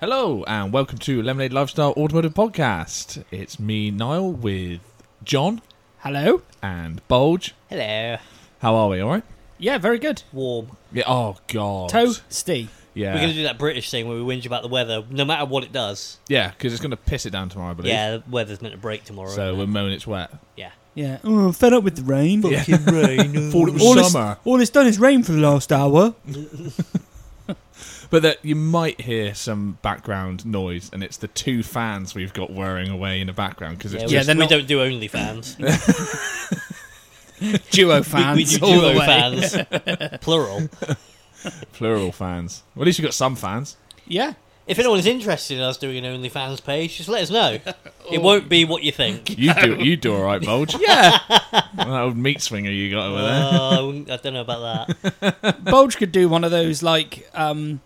Hello and welcome to Lemonade Lifestyle Automotive Podcast. It's me, Niall, with John Hello. and Bulge. Hello. How are we? All right? Yeah, very good. Warm. Yeah. Oh God. Toasty. Yeah. We're going to do that British thing where we whinge about the weather, no matter what it does. Yeah, because it's going to piss it down tomorrow, I believe. Yeah, the weather's meant to break tomorrow. So isn't we're it? moaning it's wet. yeah. Yeah. Oh, I'm fed up with the rain. Yeah. rain. Thought it was all, it's, summer, all it's done is rain for the last hour. but that you might hear some background noise, and it's the two fans we've got whirring away in the background because Yeah, it's we, just Yeah, they're we not- don't do OnlyFans. Duo we, fans. we do all the duo way. fans. Plural. plural fans. Well, at least you've got some fans. Yeah. If anyone's interested in us doing an OnlyFans page, just let us know. Oh. It won't be what you think. You do, you do all right, Bulge. Yeah. that old meat swinger you got over there. Oh, I don't know about that. Bulge could do one of those like um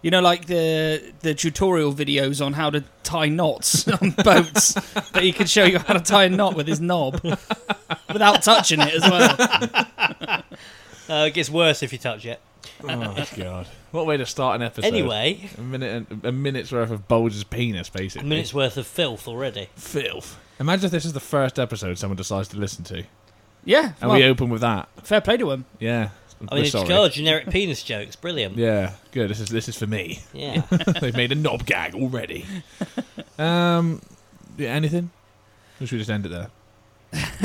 you know like the the tutorial videos on how to tie knots on boats that he could show you how to tie a knot with his knob without touching it as well. Uh, it gets worse if you touch it. Oh God! What way to start an episode? Uh. Anyway, a minute, and- a minute's worth of Bulge's penis, a basically. minute's worth of filth already. filth. Imagine if this is the first episode someone decides to listen to, and Yeah. Well, we open with that. fair play to him. Yeah, I We're mean, it's sorry. got generic penis jokes. Brilliant. Yeah, good. This is this is for me. Yeah. They've made a knob gag already. Um, yeah, anything? Or should we just end it there?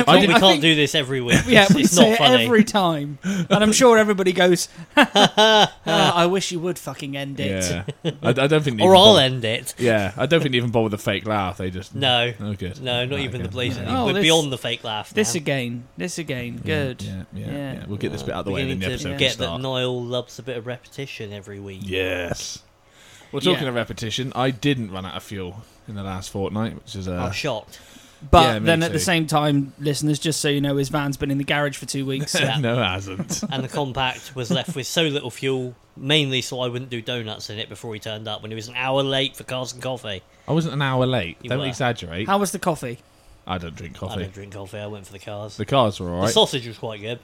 I did- we I can't think- do this every week. Yeah, It's- we it's say not it funny. every time, and I'm sure everybody goes. "Ah, I wish you would fucking end it. Yeah, I, I don't think. they Or even I'll bother- end it. Yeah, I don't think they even bother with the fake laugh. They just No. Oh, good. No, not Right, even okay. the blazing. Yeah. Oh, We're this- beyond the fake laugh. This now. again, this again, good. Yeah, yeah, Yeah. yeah. We'll get this bit out of the We're way, and gonna then the need to episode get can start. that Niall loves a bit of repetition every week. Yes. Well, talking Yeah. of repetition, I didn't run out of fuel in the last fortnight, which is uh, I'm shocked. But Yeah, me then at the too. same time, listeners, just so you know, his van's been in the garage for two weeks. Yeah. no, it hasn't. And the compact was left with so little fuel, mainly so I wouldn't do donuts in it before he turned up when he was an hour late for Carson Coffee. I wasn't an hour late. You don't were. exaggerate. How was the coffee? I don't drink I coffee. don't drink coffee, I went for the cars. The cars were all The right. sausage was quite good.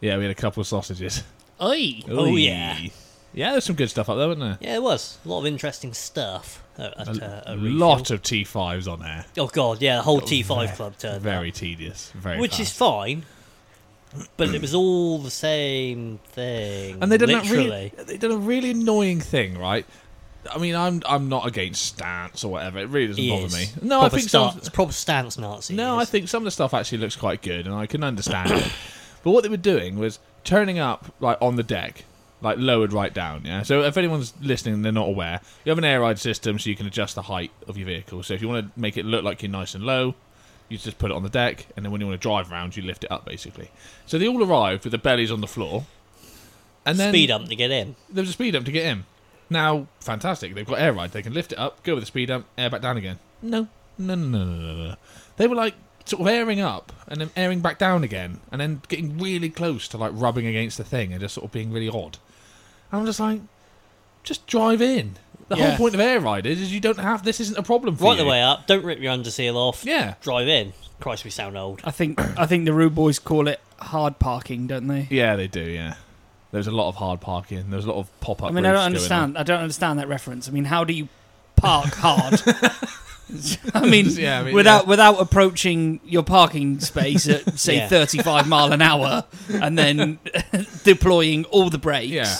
yeah, we had a couple of sausages. Oi! Oh, Ooh. yeah. Yeah, there's some good stuff up there, wasn't there? Yeah, it was. A lot of interesting stuff. At, at, uh, a at lot of T5s on there. refuel. Oh, God, yeah, the whole Got T5 ve- club turned up. Very tedious. Very which is fine. But it was all the same thing. and they did that literally. really they did a really annoying thing, right? I mean, I'm I'm not against stance or whatever. It really doesn't He bother is. me. No, proper I think stance, some, it's proper stance Nazi. No, he I is. think some of the stuff actually looks quite good, and I can understand it. But what they were doing was turning up like on the deck, like lowered right down. Yeah. So if anyone's listening, and they're not aware. You have an air ride system, so you can adjust the height of your vehicle. So if you want to make it look like you're nice and low, you just put it on the deck, and then when you want to drive around, you lift it up basically. So they all arrived with their bellies on the floor, and then speed up to get in. there was a speed dump to get in. Now, fantastic. They've got air ride. They can lift it up, go with the speed dump, air back down again. No, no, no, no, no, no, no. They were like sort of airing up and then airing back down again, and then getting really close to like rubbing against the thing and just sort of being really odd. And I'm just like, just drive in. The Yeah. whole point of air ride is, is you don't have this. Isn't a problem for Right you. the way up. Don't rip your underseal off. Yeah. Drive in. Christ, we sound old. I think I think the rude boys call it hard parking, don't they? Yeah, they do. Yeah. There's a lot of hard parking. There's a lot of pop up. I mean, I don't understand. I don't understand that reference. I mean, how do you park hard? I mean, Yeah, I mean, without yeah. without approaching your parking space at say Yeah. 35 mile an hour and then deploying all the brakes. Yeah.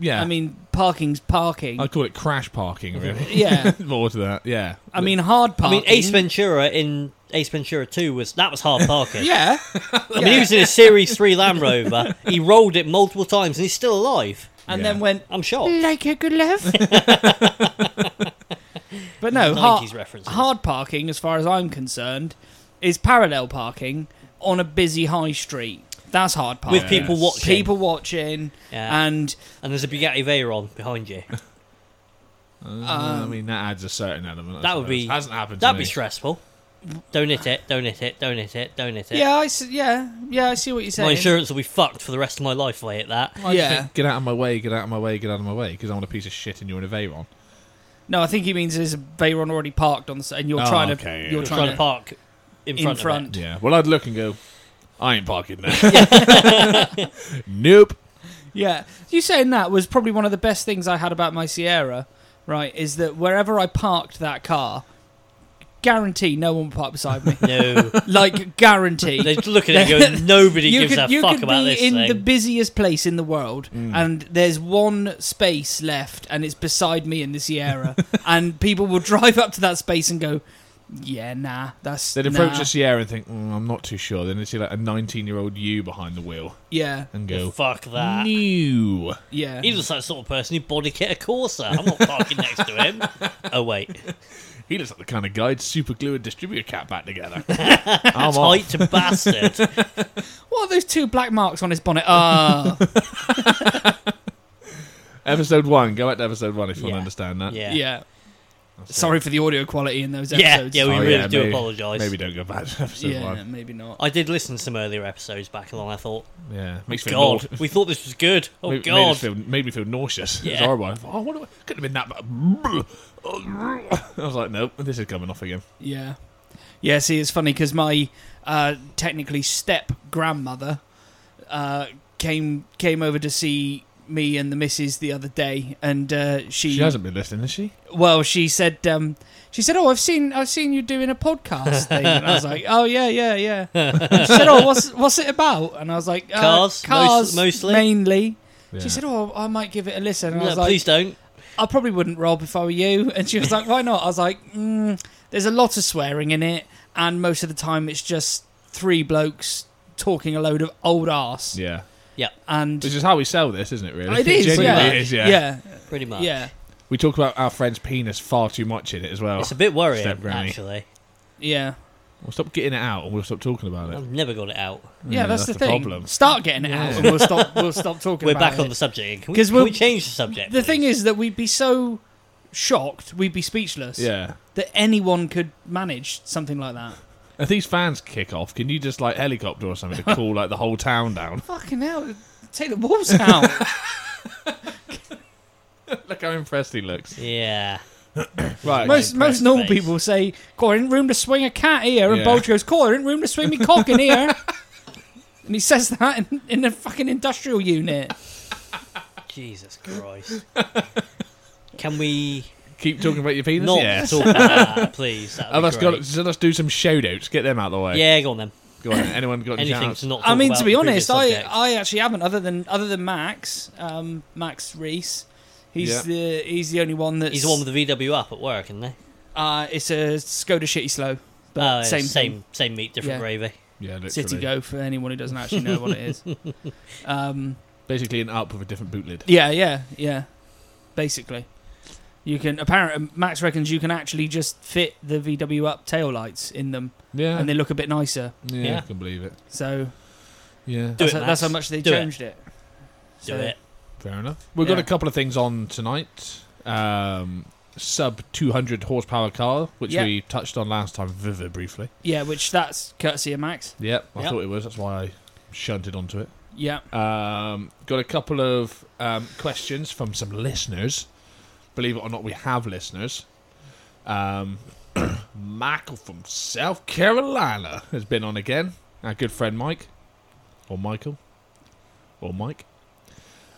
Yeah. I mean, parking's parking. I call it crash parking. Really. yeah. More to that. Yeah. I mean, hard I parking. mean, Ace Ventura in Ace Ventura 2 was that was hard parking. Yeah. Uh, I mean, he was in a Series 3 Land Rover. He rolled it multiple times and he's still alive. And Yeah. then went I'm shocked. like a glove. but no, hard, 90s references. hard parking, as far as I'm concerned, is parallel parking on a busy high street. That's hard parking. With people Yes. watching. people watching, Yeah. and And there's a Bugatti Veyron behind you. Uh, I mean, that adds a certain element. I Um, That would suppose. be- hasn't happened. to That'd me. be stressful. Don't hit it, don't hit it, don't hit it, don't hit it. yeah, I s- yeah, yeah, I see what you're saying. My insurance will be fucked for the rest of my life if I hit that. I just Yeah. think, Get out of my way. Get out of my way. Get out of my way. Because I want a piece of shit, and you're in a Veyron. No, I think he means there's a Veyron already parked on the side, and you're Oh, trying to okay, yeah. you're You're Trying, trying, to park in in front, front. of Yeah. Well, I'd look and go, I ain't parking there. nope. Yeah, you saying that was probably one of the best things I had about my Sierra right, is that wherever I parked that car, guarantee no one parked beside me. No, like, guarantee. they look at it and go, nobody gives a fuck about be this in thing. the busiest place in the world, Mm. and there's one space left, and it's beside me in the Sierra, and people will drive up to that space and go, "Yeah, nah, that's They'd approach nah. a Sierra and think, mm, I'm not too sure. Then they'd see like a 19 year old you behind the wheel Yeah, and go, Fuck that. new. yeah, He looks like the sort of person who body kit a Corsa. I'm not parking next to him. Oh wait, He looks like the kind of guy to super glue a distributor cap back together. I'm off. tight bastard. What are those two black marks on his bonnet? Ah, Episode one. Go back to episode one if you want Yeah. to understand that. Yeah, yeah, yeah. Sorry for the audio quality in those yeah. episodes. we Oh, really yeah, do maybe- apologise. Maybe don't go back to episode yeah, one. maybe not. I did listen to some earlier episodes back along. I thought, Yeah. Makes me feel God, nauseous. we thought this was good. Oh made, Made, God, us feel, made me feel nauseous. It was Yeah. horrible. I thought, oh, what do I, could have been that bad. I was like, nope, this is coming off again. Yeah, yeah. See, it's funny because my uh, technically step grandmother uh, came came over to see me and the missus the other day, and uh, she, She hasn't been listening, has she? well, she said um, she said, "Oh, I've seen I've seen you doing a podcast thing." and I was like, "Oh yeah, yeah, yeah." And she said, "Oh, what's what's it about?" And I was like, uh, Cars, most- cars mostly? mainly." Yeah. She said, "Oh, I might give it a listen." And I No, was like, please don't. I probably wouldn't, Rob, if I were you. And she was like, why not? I was like, mm, there's a lot of swearing in it, and most of the time it's just three blokes talking a load of old arse. Yeah. And Which is how we sell this, isn't it, really? it is, Genuinely yeah. is, yeah, Pretty much. yeah, We talk about our friend's penis far too much in it as well. It's a bit worrying, Oh, Step granny. actually. yeah. We'll stop getting it out and we'll stop talking about it. I've never got it out. Yeah, that's, the, thing. problem. Start getting it out, and we'll stop. We'll stop talking. We're about back it. on the subject. Can we, 'Cause can we we'll- change the subject? The thing please? is that we'd be so shocked, we'd be speechless. Yeah. that anyone could manage something like that. If these fans kick off, can you just like helicopter or something to cool like the whole town down? Fucking hell! Take the wolves out. Look how impressed he looks. yeah, Right. Most most impressed normal face. people say, "God, there ain't room to swing a cat here," and Yeah. Bulge goes, "God, there ain't room to swing me cock in here." and he says that in, in the fucking industrial unit. Jesus Christ. Can we Keep talking about your penis? not yeah. talk about that, please? That'd be Oh, that's great. got, so let's do some shoutouts. Get them out of the way. Yeah, go on then. Go on. Anyone got any Anything shouts? to not. Talk I mean, about to be the honest, previous I subject. I actually haven't, other than other than Max, um, Max Reese. He's Yeah. the he's the only one that's he's the one with the VW up at work, isn't he? uh, it's a Skoda Shitty Slow Oh, yeah, same same, same, meat, different Yeah. gravy. Yeah, literally. City Go for anyone who doesn't actually know what it is. Um, Basically, an up with a different boot lid. Yeah, yeah, yeah. Basically, you can. Apparently, Max reckons you can actually just fit the VW up tail lights in them, Yeah. and they look a bit nicer. yeah, Yeah. I can believe it. So Yeah. Do that's, it, how, that's how Max. much they Do it. changed it. Do So- it. Fair enough. We've got Yeah. a couple of things on tonight. Um, sub 200 horsepower car, which Yeah. we touched on last time very briefly. Yeah, which that's courtesy of Max. Yep, I Yep. thought it was. That's why I shunted onto it. Yeah, Um, got a couple of um, questions from some listeners. Believe it or not, we have listeners. Um, Michael from South Carolina has been on again. Our good friend Mike, or Michael, or Mike,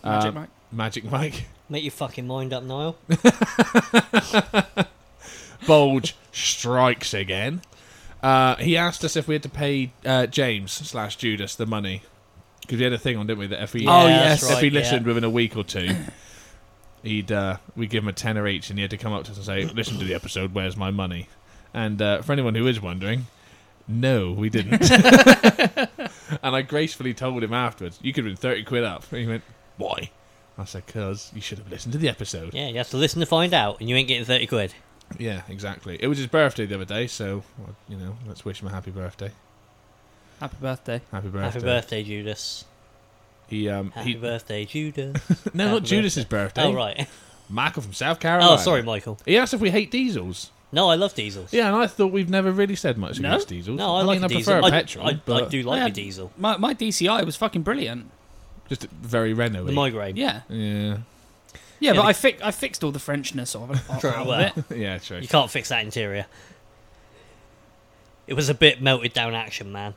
Magic Um, Max. Magic Mike, Make your fucking mind up, Niall. Bulge strikes again. Uh, he asked us if we had to pay uh, James slash Judas the money because we had a thing on, didn't we? That if he Yeah, Oh, that's yes. if he right, yeah. listened within a week or two, he'd uh, we give him a tenner each, and he had to come up to us and say, "Listen to the episode. Where's my money?" And uh, for anyone who is wondering, no, we didn't. and I gracefully told him afterwards, "You could have been thirty quid up." And he went, "Why?" I said, "Cause you should have listened to the episode." Yeah, you have to listen to find out, and you ain't getting thirty quid. Yeah, exactly. It was his birthday the other day, so well, you know, let's wish him a happy birthday. Happy birthday. Happy birthday. Happy birthday, Judas. He um Happy he, birthday, Judas. no, happy not Judas's birthday. oh right. Michael from South Carolina. Oh, sorry, Michael. He asked if we hate diesels. No, I love diesels. Yeah, and I thought we've never really said much No? against diesels. No, I, mean, like a I diesel. prefer I- petrol, I, I, but do I like a had- diesel. My my DCI was fucking brilliant. just very Renault. The migraine. Yeah, Yeah, yeah, Yeah, but the- I fi- I fixed all the Frenchness of it. Out of Well, it. yeah, true. you can't fix that interior. It was a bit melted down action, man.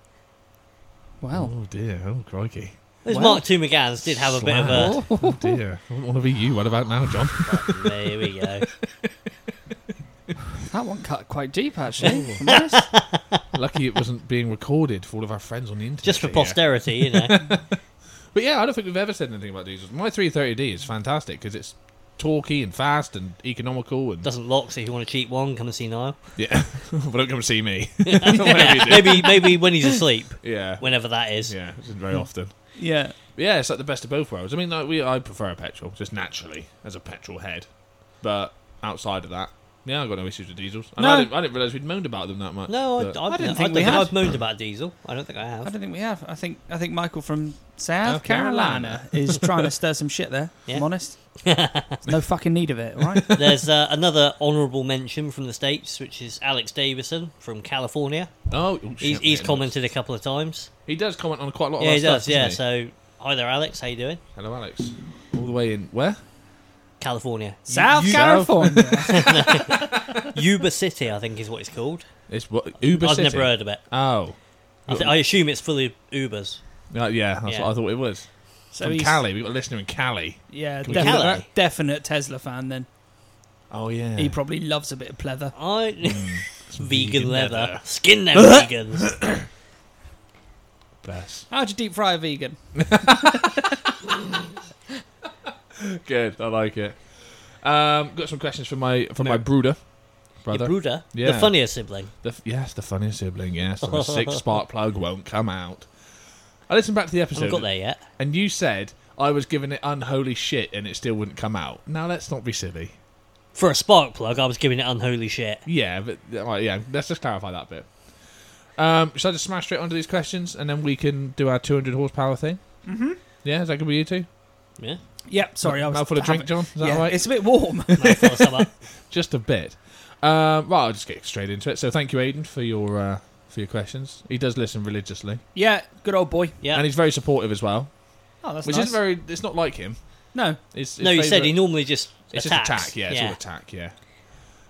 Well, Oh dear, oh crikey. Those Well. Mark II McGanns did have a bit of a. Wow. Oh dear, I wouldn't want to be you. What about now, John? There we go. That one cut quite deep, actually. if I'm honest. Lucky it wasn't being recorded for all of our friends on the internet. Just for Yeah. posterity, you know. But yeah, I don't think we've ever said anything about diesels. My 330D is fantastic because it's talky and fast and economical and Doesn't lock, so if you want a cheap one, come and see Niall. yeah. but don't come and see me. Whatever you do. Maybe maybe when he's asleep, Yeah, whenever that is. yeah, it isn't very often. yeah. But yeah, it's like the best of both worlds. I mean, like we, I prefer a petrol just naturally as a petrol head, but outside of that, yeah, I've got no issues with diesels. And I No. didn't, I didn't realize we'd moaned about them that much. No, I, but- I, I didn't don't- think we had. I've moaned about diesel. I don't think I I have. don't think we have. I think I think Michael from South South Carolina. Carolina is trying to stir some shit there. if Yeah. I'm honest. There's no fucking need of it, all right? There's uh, another honourable mention from the States, which is Alex Davison from California. oh, oh, He's, shit, Oh, he's yeah, commented a couple of times. He does comment on quite a lot of Yeah, our he stuff, does. doesn't yeah, he? so hi there, Alex. How you doing? Hello, Alex. All the way in where? California, South you- California. Yuba City, I think is what it's called. It's what Uber I've City. never heard of it. Oh, I, th- I assume it's full of Ubers. Uh, yeah, that's Yeah. what I thought it was. So From he's- Cali, we've got a listener in Cali. Yeah, Can we keep definite, that? definite Tesla fan. Then Oh yeah, he probably loves a bit of pleather. I Hmm, vegan, vegan leather. leather. skin them vegans. bless. How'd you deep fry a vegan? Good, I like it. Um, got some questions from my from my brooder, brother. Your brooder, Yeah. the funnier sibling. The f- yes, the funniest sibling. Yes, and the sixth spark plug won't come out. I listened back to the I haven't got episode, there yet. and you said I was giving it unholy shit, and it still wouldn't come out. Now let's not be silly. For a spark plug, I was giving it unholy shit. Yeah, but alright, yeah, let's just clarify that bit. Um, should I just smash straight onto these questions, and then we can do our 200 horsepower thing? Mm-hmm. Yeah, is that gonna be you two? Yeah, Yep. Sorry, I was Mouthful of drink, John. Is that yeah, right? it's a bit warm. Nice little sum up. just a bit. Um, right, I'll just get straight into it. So, thank you, Aiden, for your uh, for your questions. He does listen religiously, yeah, good old boy. Yeah. and he's very supportive as well, Oh, that's which nice. isn't very. It's not like him. no, It's, no, you said he normally just It's attacks. just attack. Yeah, it's all attack. Yeah.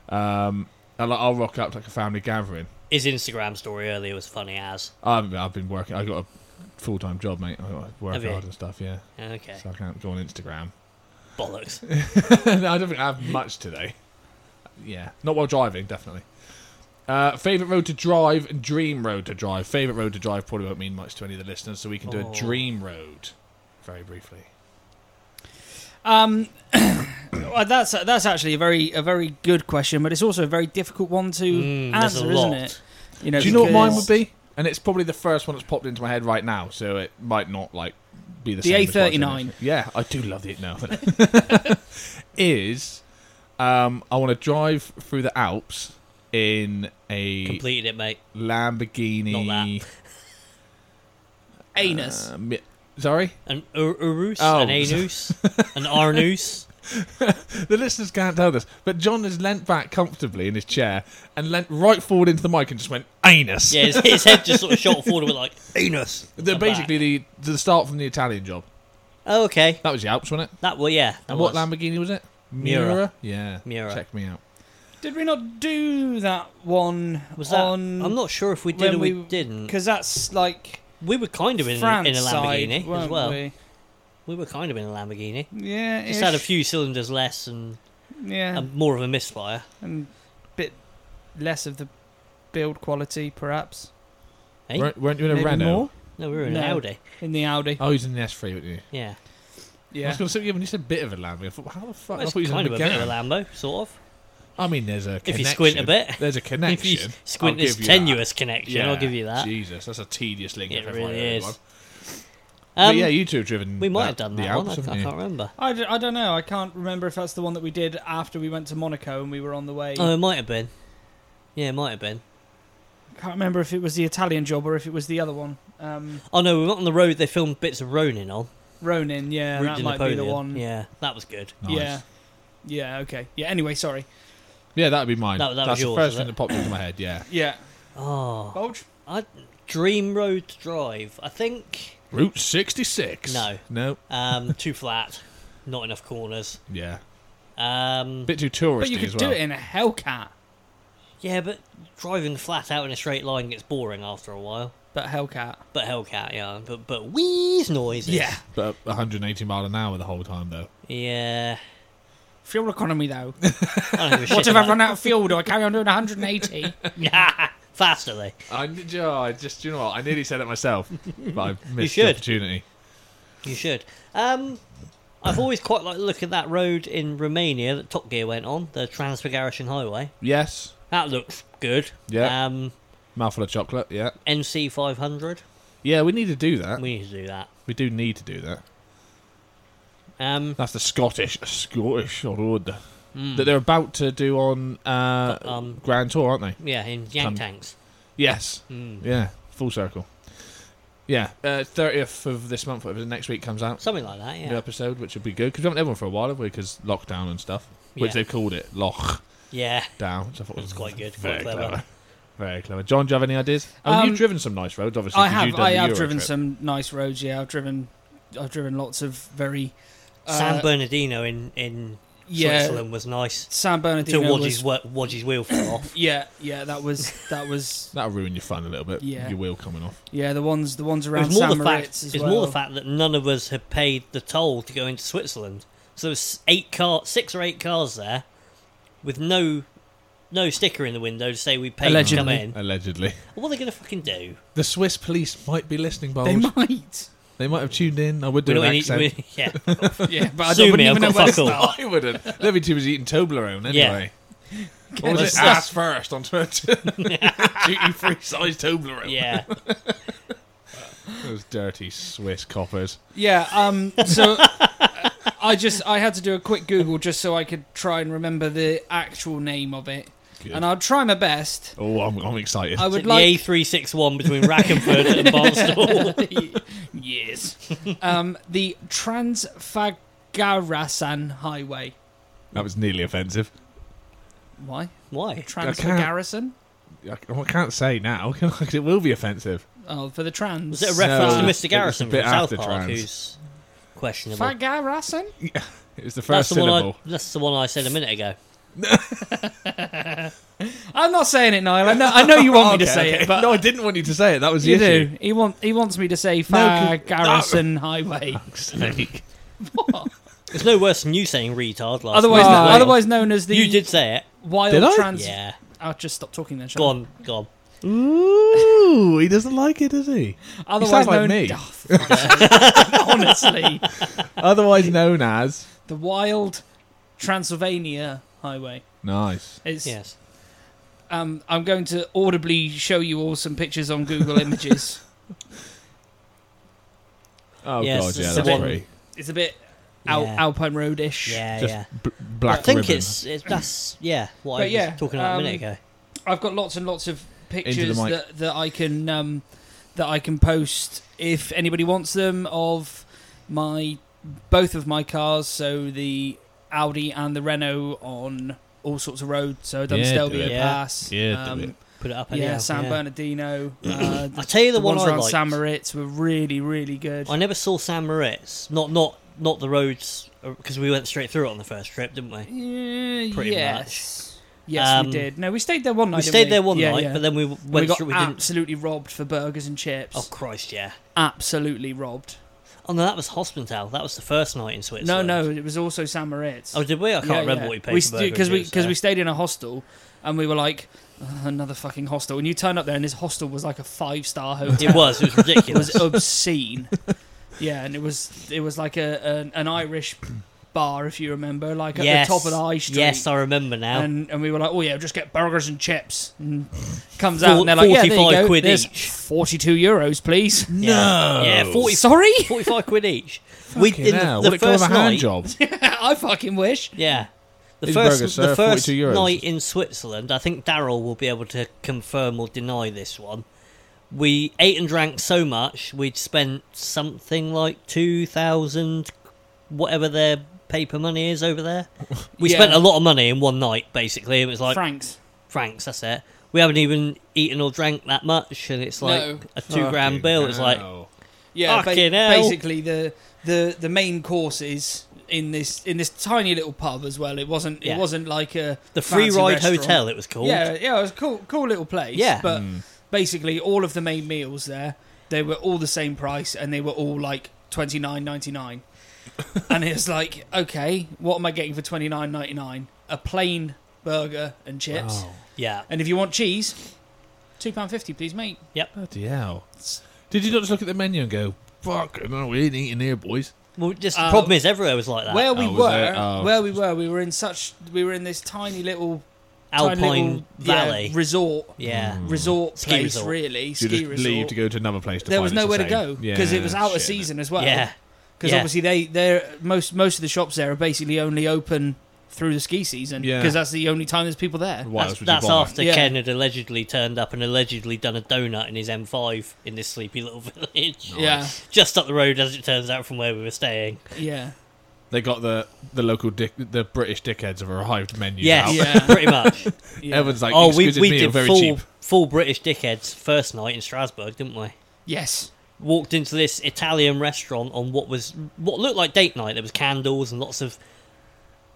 Um, I'll, I'll rock up to, like a family gathering. His Instagram story earlier was funny as. I've, I've been working. I got a full time job, mate. I got to work Have you? hard and stuff. Yeah, Okay, so I can't go on Instagram. bollocks. No, I don't think I have much today. Yeah, not while driving, definitely. Uh, favorite road to drive and dream road to drive. Favorite road to drive probably won't mean much to any of the listeners, so we can do Oh. a dream road very briefly. Um, well, that's that's actually a very a very good question, but it's also a very difficult one to Mm, there's a answer, isn't lot. it? You know, Do you know what mine would because be? And it's probably the first one that's popped into my head right now, so it might not like be the, The same. as what I said A39. initially. Yeah, I do love it now. Is um, I want to drive through the Alps in a Completed it, mate. Lamborghini. Not Anus. Um, yeah- sorry. An ur- urus, Oh. an anus, an arnus. The listeners can't tell this, but John has leant back comfortably in his chair and leant right forward into the mic and just went anus. Yeah, his, his head just sort of shot forward with like anus. They're and basically back. the the start from the Italian job. Oh, okay. That was the Alps, wasn't it? That well, yeah. That and what was. Lamborghini was it? Miura. Yeah. Miura. Check me out. Did we not do that one? was that? on? I'm not sure if we did when or we, we- didn't. because that's like We were kind of in, in a France Lamborghini side, weren't as well. We? We? were kind of in a Lamborghini. Yeah, Just had a um, ish. few cylinders less and, Yeah, and more of a misfire. and bit less of the build quality, perhaps. Hey? Weren't, weren't you in a Maybe Renault? more No, we were in an No. Audi. in the Audi. Oh, he's in the S3, weren't you? Yeah. I Yeah, was going to say, yeah, when you said bit of a Lamborghini, I thought, how the fuck? Well, I it's thought you said kind of a bit Megane. of a Lambo, sort of. I mean, there's a connection. If you squint a bit. There's a If you connection. squint I'll this give you that. tenuous connection, I'll give you that. Jesus, that's a tedious link. It if I've really heard is. one. Um, but yeah, you two have driven. we might that- have done the that Alps, one. I, haven't I you? can't remember. I, d- I don't know. I can't remember if that's the one that we did after we went to Monaco and we were on the way. Oh, it might have been. Yeah, it might have been. can't remember if it was the Italian job or if it was the other one. Um, Oh no, we were on the road. They filmed bits of Ronin on. Ronin, yeah, Route that to might be the Napoleon. one. Yeah, that was good. Nice. yeah, yeah. Okay, yeah. Anyway, sorry. Yeah, that would be mine. That- that was That's yours, the was first thing it? that popped into my head. Yeah, Yeah, Oh, bulge. I Dream Road to Drive. I think Route sixty six. No. no. um, too flat, not enough corners. Yeah, Um, bit too touristy But you could as well. do it in a Hellcat. yeah, but driving flat out in a straight line gets boring after a while. but Hellcat. But Hellcat, yeah. But but wheeze noises. Yeah. But 180 mile an hour the whole time though. Yeah. Fuel economy though. I don't give a What if shit I about- run out of fuel? Do I carry on doing 180? Yeah. Faster though. I, oh, I just you know what I nearly said it myself, but I missed the should. opportunity. You should. Um, I've always quite liked the look at that road in Romania that Top Gear went on, the Transfiguration Highway. Yes, That looks good. Yeah. Um, mouthful of chocolate. Yeah, NC 500. yeah. We need to do that. We, We need to do that. do need to do that. Um, That's the Scottish Scottish road that they're about to do on uh, Hmm. um, Grand Tour, aren't they? yeah, in Yank Come. Tanks. Yes. Mm. Yeah. Full circle. Yeah. uh, Thirtieth of this month, whatever the next week comes out. Something like that, New yeah. episode, which would be good because we haven't had one for a while, have we? Because lockdown and stuff, which Yeah. they've called it lock Yeah. down. Which I thought It's was quite good, Very quite clever. Very clever. John, do you have any ideas? Oh, Um, you've driven some nice roads, obviously. I 'cause you've have done I the have Euro driven trip. some nice roads. Yeah, I've driven I've driven lots of very uh, San Bernardino in, in Switzerland was nice. San Until Bernardino Waddy's was, wa- Waddy's wheel fell off. yeah yeah that was that was That'll ruin your fun a little bit. Yeah. Your wheel coming off. yeah the ones the ones It around was more San the Moritz fact. as It's well. more the fact that none of us had paid the toll to go into Switzerland. So there was eight car, six or eight cars there, with no, no sticker in the window to say we paid to come Allegedly. in. Allegedly. What are they going to fucking do? The Swiss police might be listening, Bold. they They might, might have tuned in. I would do We're an not in- accent. we- yeah, yeah but I Sue don't me, wouldn't even I've know got where to fuck all. start. I wouldn't. Livy T was eating Toblerone anyway. Or was Let's it stop. ass first on Twitter? Duty free size Ah. Toblerone. yeah. Those dirty Swiss coppers. Yeah. Um. So I just I had to do a quick Google just so I could try and remember the actual name of it, Good. and I'll try my best. Oh, I'm, I'm excited. I It's would the A like three six one between Rackenford and Barnstable. yes. Um. The Transfagarasan Highway. that was nearly offensive. Why Why? Transfagarasan? I, I can't say now because it will be offensive. Oh, for the trans. Was it a reference No, to it was a Mr. Garrison bit from South after Park, trans. who's questionable? Fagarasan? It was the first that's the one. I, syllable. that's the one I said a minute ago. I'm not saying it, Niall. I know, I know you want me to say it, but no, I didn't want you to say it. That was the you issue. do. He want he wants me to say No, 'cause- Fagarasan Highway. There's no worse than you saying retard. Last Otherwise, Oh. night. otherwise known as the you did say it. wild Did I? trans. Yeah. I'll just stop talking then. shall I? Gone. Gone. Ooh, he doesn't like it, does he? Otherwise sounds like known, me. Oh, for Christ's sake. honestly, Otherwise known as. the Wild Transylvania Highway. Nice. It's. Yes. Um, I'm going to audibly show you all some pictures on Google Images. Oh Yes, god, yeah, it's that's a bit- pretty. It's a bit Al- Yeah. Alpine Roadish. Yeah. Just yeah. b- I black think ribbon it's, it's that's yeah what But I was yeah, talking about um, a minute ago. I've got lots and lots of pictures mic. that, that I can um, that I can post if anybody wants them of my both of my cars, so the Audi and the Renault on all sorts of roads. So I've done Yeah, do Stelvio it. Yeah. Pass, Yeah, do it. um, Put it up. yeah, anyhow, San yeah. Bernardino. Uh, I the, tell you the, the one ones I around liked. San Moritz were really, really good. I never saw San Moritz. Not not not the roads because we went straight through it on the first trip, didn't we? Yeah, Pretty Uh, yes. Yes, Um, we did. No, we stayed there one night. we didn't stayed there one Yeah, night, yeah. but then we w- we went got through. We didn't. absolutely robbed for burgers and chips. Oh Christ, yeah. Absolutely robbed. Oh no, that was Hospital. That was the first night in No, Switzerland. no, it was also San Moritz. Oh, did we? I can't remember what we paid for burger because and we juice because there. we stayed in a hostel and we were like "Ugh, another fucking hostel. And you turn up there and this hostel was like a five star hotel. It was. It was it ridiculous. was obscene. yeah, and it was it was like a an, an Irish bar if you remember, like at yes. the top of the high street. Yes, I remember now. and and we were like, oh yeah, just get burgers and chips. And comes Four- out and they're like, yeah, there you 45 go. quid There's each. forty-two euros, please. No. Yeah, yeah 40, Sorry, 45 quid each. we Fucking in the- hell, the, would it first come with a hand night. job? I fucking wish. Yeah. The These first, burgers, sir, the first 42 euros. night in Switzerland, I think Daryl will be able to confirm or deny this one. We ate and drank so much, we'd spent something like 2,000, whatever their paper money is over there. We Yeah. spent a lot of money in one night, basically. It was like, Franks. francs, that's it. We haven't even eaten or drank that much, and it's like No. a two grand bill. It's like, Yeah, Fucking hell. basically the the the main courses in this in this tiny little pub as well. It wasn't Yeah. it wasn't like a The Free fancy Ride restaurant. Hotel, it was called. Yeah, yeah, it was a cool cool little place. Yeah. but basically all of the main meals there. They were all the same price, and they were all like twenty nine ninety nine. and it's like, okay, what am I getting for twenty nine ninety nine? A plain burger and chips. Oh, Yeah. And if you want cheese, two pound fifty, please, mate. Bloody hell. Did you not just look at the menu and go, fuck, I know we ain't eating here, boys? Well, just Uh, the problem is everywhere was like that. Where we Oh, was were, it? Oh. where we were, we were in such, we were in this tiny little Alpine tiny little, yeah, Valley. resort, Yeah. Hmm. resort Ski place, resort. really Do you ski just resort. leave to go to another place to there find was it's the nowhere to go same? because it was Yeah, out shit, of season as well. Yeah. because yeah. obviously they they're most most of the shops there are basically only open through the ski season Yeah. because that's the only time there's people there. Why that's else would you that's bother? after Yeah. Ken had allegedly turned up and allegedly done a donut in his M5 in this sleepy little village. Yeah, Just up the road, as it turns out, from where we were staying. yeah, They got the, the local dick, the British dickheads have arrived menu Yes, out. Yeah. pretty much. yeah. Everyone's like, oh, we, "Exquisite we meal, did very full, cheap. full British dickheads first night in Strasbourg, didn't we? yes, Walked into this Italian restaurant on what was what looked like date night. There was candles and lots of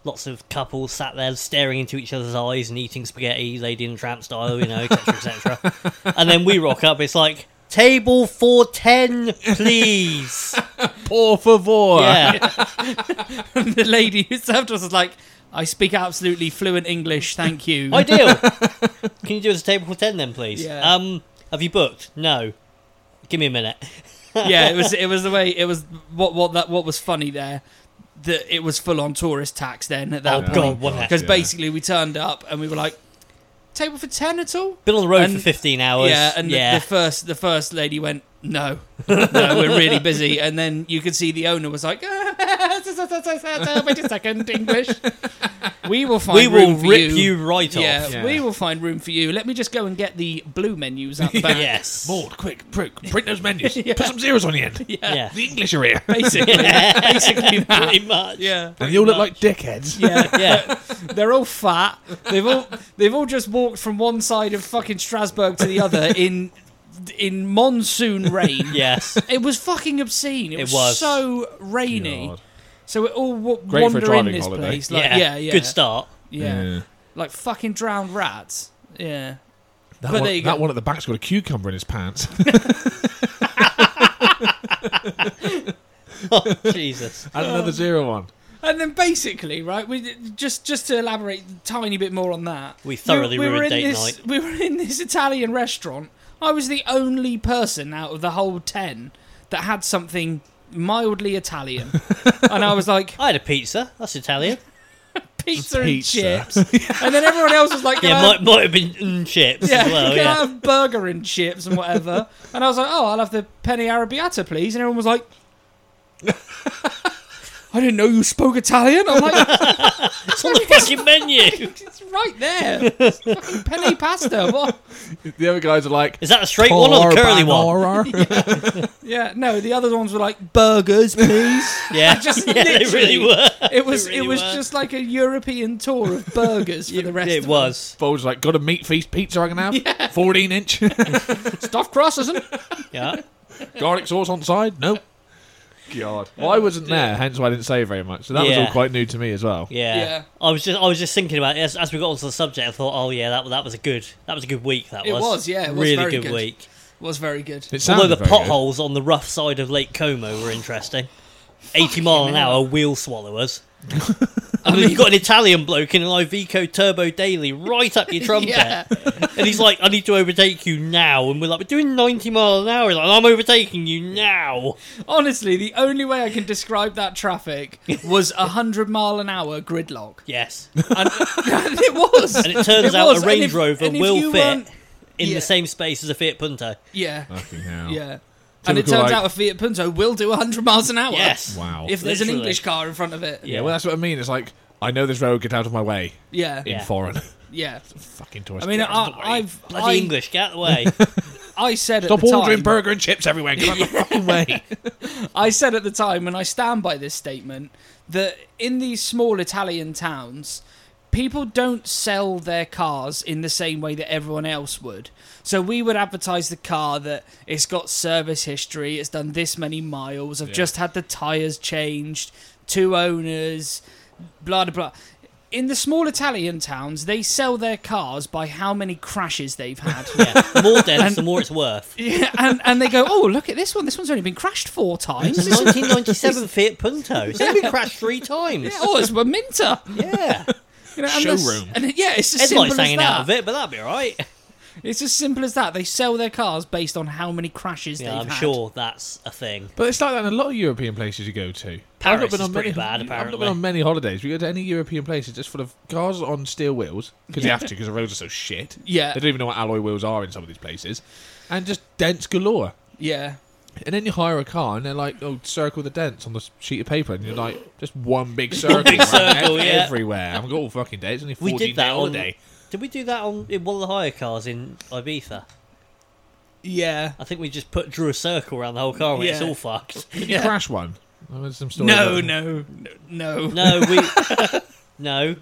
lots of couples sat there staring into each other's eyes and eating spaghetti, Lady in the Tramp style, you know, etc. etc. and then we rock up. It's like table for ten, please. Por favor. yeah, the lady who served us was like, I speak absolutely fluent English, thank you. ideal. Can you do us a table for ten then, please? Yeah. Um, have you booked? No. Give me a minute. yeah, it was it was the way it was what what that what was funny there that it was full on tourist tax then at that Oh, point. God, what the heck? because Yeah. basically we turned up and we were like table for 10 at all Been on the road for And- 15 hours. yeah and the- yeah. The, first the first lady went no no we're really busy and then you could see the owner was like wait a second english we will find we will room for rip you, you, right yeah, off. Yeah. we will find room for you let me just go and get the blue menus up back Yes. Maud, quick, print, print those menus. Put some zeros on the end. Yeah. The English are here. basically basically that. Pretty much. yeah And they all look like dickheads. yeah Yeah. They're all fat. They've all they've all just walked from one side of fucking Strasbourg to the other in in monsoon rain. yes. It was fucking obscene. It, It was, was. so rainy. God. So it all w- Great for a wander in driving this holiday. place. Like, yeah. yeah. yeah, yeah, Good start. Yeah. like fucking drowned rats. Yeah, That, But one, there you that go. one at the back's got a cucumber in his pants. Oh, Jesus. and another zero one. and then basically, right? We just just to elaborate a tiny bit more on that. We thoroughly were ruined in date this, We were in this Italian restaurant. I was the only person out of the whole ten that had something mildly Italian, and I was like I had a pizza. That's Italian. Pizza. pizza, and chips, and then everyone else was like, "Can Yeah, I might, might have been mm, chips yeah, as well. can I Yeah. have burger and chips and whatever? and I was like, oh, I'll have the penny arrabbiata, please. And everyone was like, I didn't know you spoke Italian. I'm like, It's on the fucking menu. it's right there. It's fucking penny pasta. What? The other guys are like, Is that a straight one or the curly one? one? Yeah, no. The other ones were like burgers, please. Yeah. Just yeah, they literally really were. It was They really it was were. just like a European tour of burgers for the rest. It of was. Bulge like, got a meat feast pizza I can have? 14 inch. us. stuffed crust, isn't? Yeah. Garlic sauce on side? No. God. Well, I wasn't there, hence why I didn't say very much. So that was Yeah. all quite new to me as well. Yeah. Yeah. I was just I was just thinking about it as, as we got onto the subject. I thought, oh yeah, that that was a good that was a good week. That It was was, yeah, it was really very good, good. week. Was very good. It sounded Although the very good. potholes on the rough side of Lake Como were interesting. 80 mile an hour wheel swallowers. and then you've got an Italian bloke in an Iveco Turbo Daily right up your trumpet. Yeah. And he's like, I need to overtake you now. And we're like, we're doing 90 mile an hour. He's like, I'm overtaking you now. Honestly, the only way I can describe that traffic was a hundred mile an hour gridlock. Yes. And, and it was. And it turns It out was, a and Range if- Rover and if will you fit weren't- in yeah. the same space as a Fiat Punto. yeah, Fucking hell. yeah. And it Typical, like- turns out a Fiat Punto will do 100 miles an hour. Yes. Wow. If there's an Literally. English car in front of it. yeah, well, that's what I mean. It's like, I know this road, get out of my way. Yeah. In Yeah. foreign. Yeah. Fucking tourist. I mean, Get out of the way. I, I've. Bloody I, English, get out of the way. I said at Stop the time. ordering burger and chips everywhere. Get out of the fucking way. I said at the time, and I stand by this statement, that in these small Italian towns, people don't sell their cars in the same way that everyone else would. So we would advertise the car that it's got service history, it's done this many miles, I've Yeah. just had the tyres changed, two owners, blah, blah, blah. in the small Italian towns, they sell their cars by how many crashes they've had. Yeah, the more deaths, the more it's worth. yeah, and, and they go, oh, look at this one. This one's only been crashed four times. It's a 1997 Fiat Punto. It's only been crashed three times. Yeah, oh, it's a Minter. Yeah. You know, and this- Showroom. And, yeah, it's as simple Headlights as hanging that. out of it, but that'd be alright. It's as simple as that. They sell their cars based on how many crashes Yeah, they've I'm had. sure that's a thing. But it's like that in a lot of European places you go to. Paris I've not been is on pretty many, bad, I've not apparently. been on many holidays. We go to any European place, it's just full of cars on steel wheels because you have to because the roads are so shit. Yeah. They don't even know what alloy wheels are in some of these places, and just dents galore. Yeah. And then you hire a car, and they're like, "Oh, circle the dents on the s- sheet of paper," and you're like, "Just one big circle, big right? circle, Ev- yeah. everywhere." I've got all fucking days. It's only We fourteen did that day on. holiday. Did we do that on in one of the hire cars in Ibiza? Yeah. I think we just put drew a circle around the whole car. and It's Yeah. all fucked. Did Yeah. you crash one? There was some story No, about- no, no, no. No, we. no,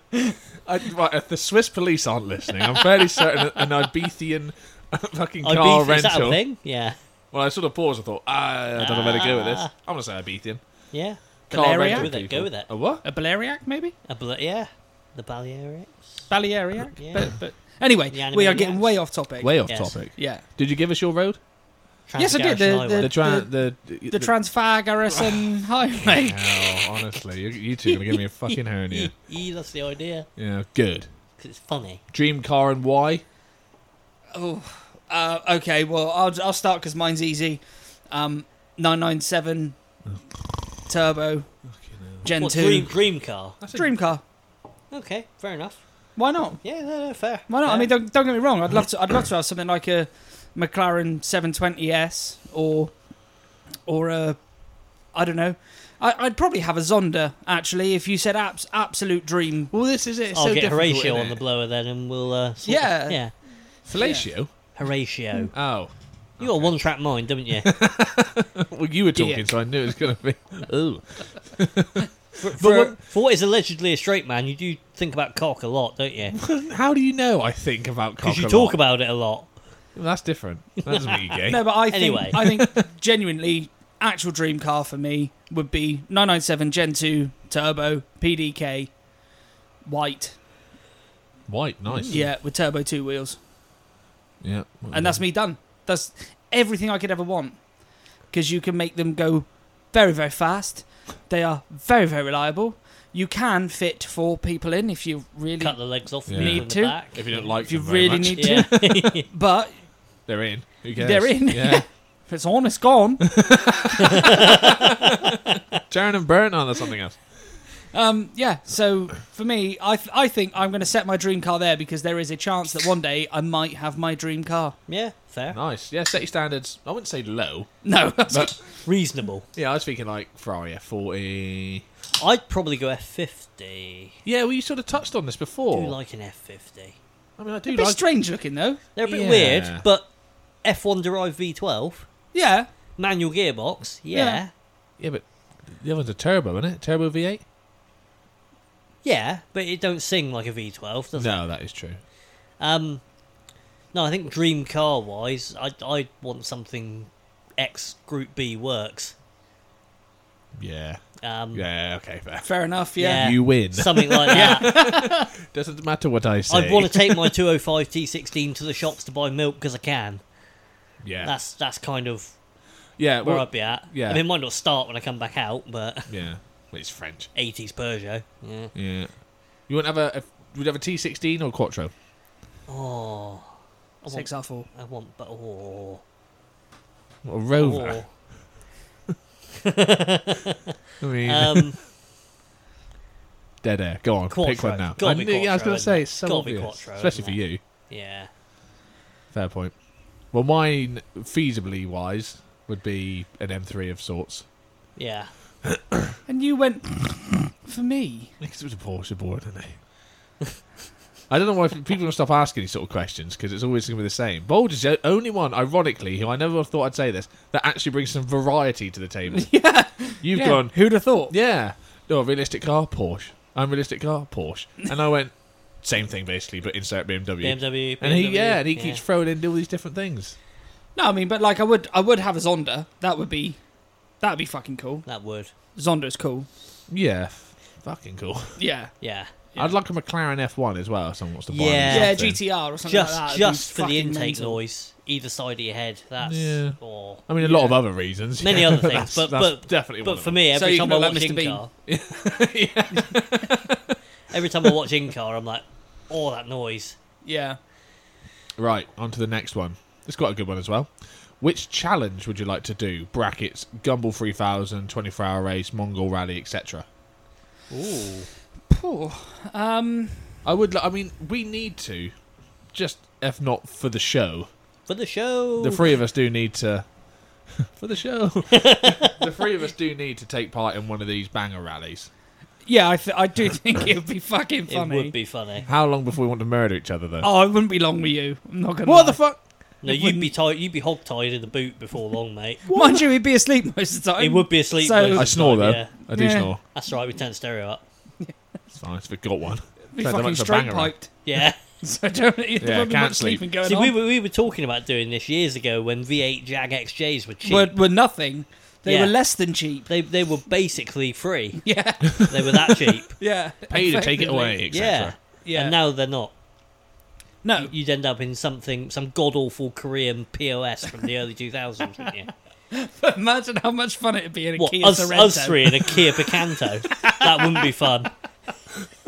I, right, if the Swiss police aren't listening, I'm fairly certain that an Ibethian fucking car Ibiza is that a rental. thing? Yeah, Well, I sort of paused. and thought, ah, I don't know where to go with this. I'm gonna say Ibethian. yeah. Car Balearic? rental Go with it, go people. with it. A what? A Balearic, maybe? A bl- yeah, the Balearic. Balearic? Yeah. But, but anyway, The we are Animaniacs. getting way off topic. Way off Yes. topic. Yeah. Did you give us your road? Yes, I did, the- Transgarrison Highway. The The- tran the the, The Transfagaran Highway. Oh, honestly, you, you two are gonna give me a fucking hernia. Ee, that's the idea. Yeah, good. 'cause it's funny. Dream car and why? Oh, uh, okay. Well, I'll I'll start because mine's easy. Um, nine nine seven turbo Gen What, two dream, dream car. dream car. Okay, fair enough. Why not? Yeah, no, no, fair. Why not? fair. I mean, don't, don't get me wrong. I'd love to. I'd love to have something like a McLaren seven twenty S or or a I don't know. I, I'd probably have a Zonda actually. If you said abs, absolute dream. Well, this is it. It's I'll so get difficult, Horatio isn't on the it? blower then, and we'll. Uh, sort Yeah. of- yeah. fellatio. Horatio, Oh, you got a one-track mind, don't you? well, you were talking, Yeah. so I knew it was gonna be. Ooh, For, For- for, what, for what is allegedly a straight man, you do think about cock a lot, don't you? how do you know? I think about Because you cock a talk lot? about it a lot. Well, that's different. That doesn't mean you're gay. No, but I think Anyway. I think genuinely actual dream car for me would be 997 Gen 2 turbo PDK white. White, nice. Yeah, with turbo two wheels. yeah. And that's me done. That's everything I could ever want. Because you can make them go very, very fast. They are very, very reliable. You can fit four people in if you really, Cut the legs off. Yeah. Need Need in to. The back. If you don't like, if you them very really much, need yeah. to. But they're in. Who cares? They're in. Yeah, if it's on, it's gone. Sharon and Burn on or something else. Um, yeah, so for me, I, th- I think I'm going to set my dream car there because there is a chance that one day I might have my dream car. yeah, fair. Nice. Yeah, set your standards. I wouldn't say low, No, that's but Reasonable. yeah, I was thinking like Ferrari F40. I'd probably go F50. Yeah, well, you sort of touched on this I before. do like an F50. I mean, I a do bit like. strange looking though. They're a bit Yeah. weird, but F1 derived V12, Yeah, manual gearbox, yeah. Yeah. Yeah. yeah, but the other one's a turbo, isn't it? Turbo V8. but it don't sing like a V12, does it? No, that is true. Um, no, I think dream car wise, I I want something X Group B works. Yeah. Um, Yeah. Okay. Fair. fair enough. Yeah, Yeah. Mm. You win. Something like that. Doesn't matter what I say. I'd want to take my 205 T16 to the shops to buy milk because I can. Yeah. That's that's kind of yeah. where Well, I'd be at. yeah. I mean, it might not start when I come back out, but yeah. Well, it's French. 80s Peugeot. Yeah. Yeah. You wouldn't have a. a would you have a T16 or Quattro? Oh, I six want, R four. I want, but oh, Or a Rover. oh. I mean, Um, dead air. Go on, pick Quattro. one now. Gotta I, be knew- yeah, I was Quattro, going to say isn't it? it's so Gotta be obvious, Quattro, especially for isn't it? you. yeah. Fair point. Well, mine feasibly wise would be an M3 of sorts Yeah. And you went for me. because it was a Porsche board, didn't it? I don't know why people don't stop asking these sort of questions because it's always going to be the same. Bold is the only one, ironically, who I never thought I'd say this, that actually brings some variety to the table. yeah, you've Yeah, gone. Who'd have thought? Yeah. No, realistic car, Porsche. Unrealistic car, Porsche. And I went, same thing basically, but insert BMW. BMW. And he, BMW, yeah, and he keeps throwing in all these different things. No, I mean, but like I would, I would have a Zonda. That would be, that'd be fucking cool. That would. Zonda's cool. Yeah. Fucking cool. Yeah, Yeah. I'd like a McLaren F1 as well. If someone wants to buy. me Yeah. yeah, something. GTR or something just like that. It'd be just for the fucking intake mental. noise either side of your head. That's Yeah. or I mean, a lot of other reasons. many yeah, other but that's- things, but that's but definitely one But of for them. me, So every you time I can let watch Mr. Bean- InCar, every time I watch InCar, I'm like, oh, that noise. Yeah. Right, on to the next one. It's quite a good one as well. Which challenge would you like to do? Brackets, Gumball 3000, 24 hour race, Mongol rally, etc. Ooh, Phew. Um, I would. li- I mean, we need to, just if not for the show, for the show. the three of us do need to. For the show, the three of us do need to take part in one of these banger rallies. yeah, I, th- I do think it would be fucking it funny. would be funny. How long before we want to murder each other, though? Oh, it wouldn't be long with you. I'm not gonna. what lie. the fuck? No, you'd be tied. You'd be hog tied in the boot before long, mate. Mind you, he'd be asleep most of the time. It would be asleep. So- most of I the snore time, though. yeah. I do Yeah. snore. That's right. We turn stereo up. It's fine. I forgot one. be So there fucking was a straight banger. piped. Yeah. So don't. There Yeah, wouldn't be can't much sleep. sleeping going See, on. we were, we were talking about doing this years ago when V8 Jag XJs were cheap. were, were nothing. They Yeah. were less than cheap. They they were basically free. Yeah, They were that cheap. yeah. Pay to take it Effectively. away, etc. yeah. Yeah. And now they're not. no. You'd end up in something, some god awful Korean POS from the early 2000s, wouldn't you? Imagine how much fun it'd be in a What, Kia us, Sorento. us three in a Kia Picanto? that wouldn't be fun.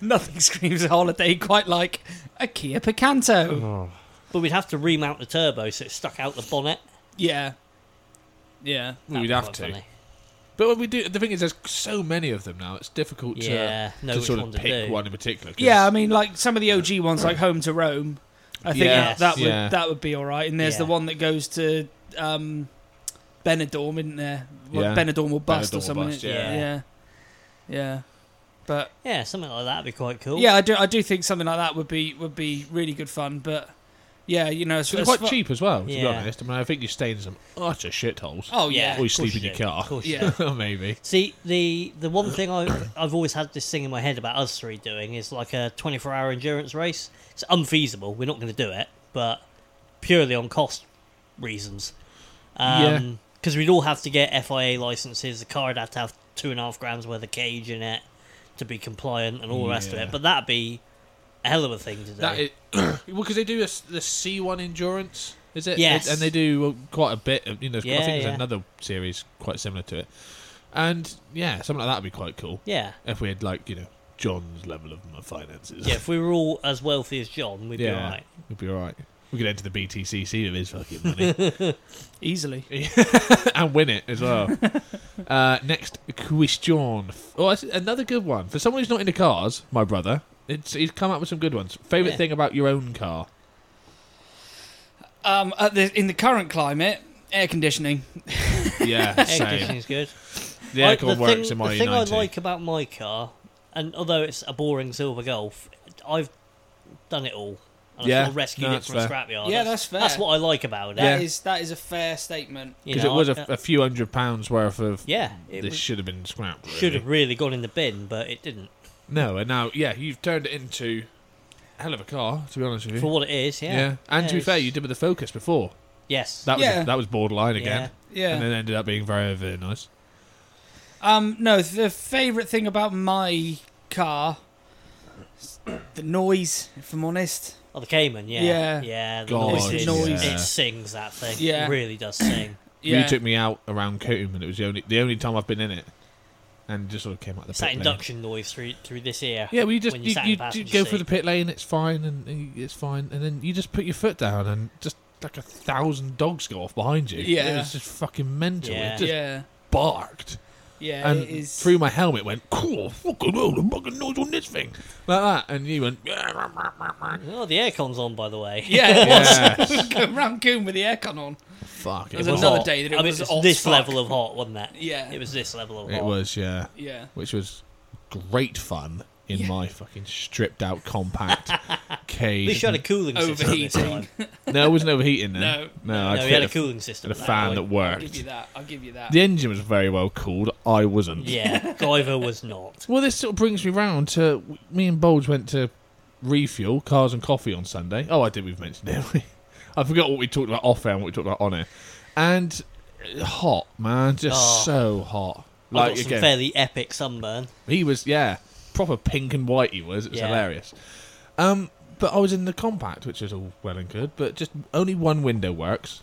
Nothing screams a holiday quite like a Kia Picanto. But we'd have to remount the turbo so it stuck out the bonnet. Yeah, yeah. That'd We'd be have quite to. funny. But when we do, the thing is, there's so many of them now. It's difficult to, Yeah, know uh, to which sort one of to pick do. one in particular. 'cause- Yeah, I mean, like some of the OG ones, like Home to Rome. I think Yes. that, that would Yeah. that would be all right. And there's the Yeah. one that goes to um, Benidorm, isn't there? What, Yeah. Benidorm will bust Benidorm or or something. bust, yeah. yeah, yeah. But Yeah, something like that would be quite cool. yeah, I do I do think something like that would be would be really good fun. But yeah, you know, it's, They're quite cheap as well, to be Yeah. honest. I mean, I think you stay in some utter shitholes. Oh yeah, or you of course sleep in you your do. car. Of course you yeah, Maybe. See, the the one thing I, I've always had this thing in my head about us three doing is like a 24 hour endurance race. It's unfeasible. We're not going to do it, but purely on cost reasons. Yeah. Um, Because we'd all have to get FIA licenses, the car would have to have two and a half grams worth of cage in it to be compliant and all the rest of Yeah. it. But that'd be a hell of a thing to do. That is, well, because they do a s the C1 endurance, is it? Yes. And they do well, quite a bit. Of, you know, I Yeah, think there's yeah. another series quite similar to it. And yeah, something like that would be quite cool yeah. if we had like you know John's level of my finances. Yeah, if we were all as wealthy as John, we'd be Yeah. all right. we'd be all right. We could enter the BTCC with his fucking money. easily. and win it as well. uh, next question. Oh, that's another good one for someone who's not into cars. My brother, it's he's come up with some good ones. Favorite Yeah. thing about your own car? Um, at the, in the current climate, air conditioning. Yeah, Air same. conditioning's good. The I- aircon works in my The thing E90. I like about my car, and although it's a boring silver golf, I've done it all. And Yeah, I sort of rescued no, it that's from a fair. scrapyard. Yeah, that's fair. That's what I like about it. That is that is a fair statement. You because know, it was I- a, a few hundred pounds worth of. yeah, it This should have been scrapped. Really. should have really gone in the bin, but it didn't. No, and now yeah, you've turned it into a hell of a car. To be honest with you. For what it is, yeah. And Yeah, to be fair, it's- you did with the Focus before. yes, That was Yeah. that was borderline again, Yeah. and then ended up being very very nice. Um, no, the favourite thing about my car, is the noise. If I'm honest, oh, the Cayman, yeah, Yeah. yeah. The God, noise, is- Noise. yeah. it sings that thing. Yeah. it really does sing. yeah, You took me out around Coombe, and it was the only the only time I've been in it, and just sort of came out the It's pit that lane. induction noise through through this ear. Yeah, well, you just when you, sat in you, passenger you go through seat. the pit lane, it's fine, and and it's fine, and then you just put your foot down, and just like a thousand dogs go off behind you. Yeah. it was just fucking mental. Yeah. It just yeah, barked, yeah. and it is. through my helmet went, "Cool, fucking hell, the fucking noise on this thing," like that, and you went, Oh, the aircon's on, by the way. yeah, "Yeah, go Rancoon with the aircon on. fuck." It There's was, another hot. day that it I mean, was it's hot this fuck. level of hot, wasn't it? Yeah, It was this level of hot. It was, yeah, yeah, which was great fun in Yeah. my fucking stripped out compact At cage. least you had a cooling system. this overheating. time. No, it wasn't overheating then. No. no, I No, fit we had a f- cooling system. and a at that fan that point. I'll give worked. you that. I'll give you that. The engine was very well cooled. I wasn't. Yeah, Guyver was not. Well, this sort of brings me round to me and Bulge went to refuel cars and coffee on Sunday. Oh, I did. We've mentioned it. I forgot what we talked about off air and what we talked about on air. And uh, hot, man, just Oh. so hot. I got Like some again, fairly epic sunburn. he was yeah. proper pink and white he was. It was Yeah. hilarious. Um, but I was in the compact, which is all well and good, but just only one window works.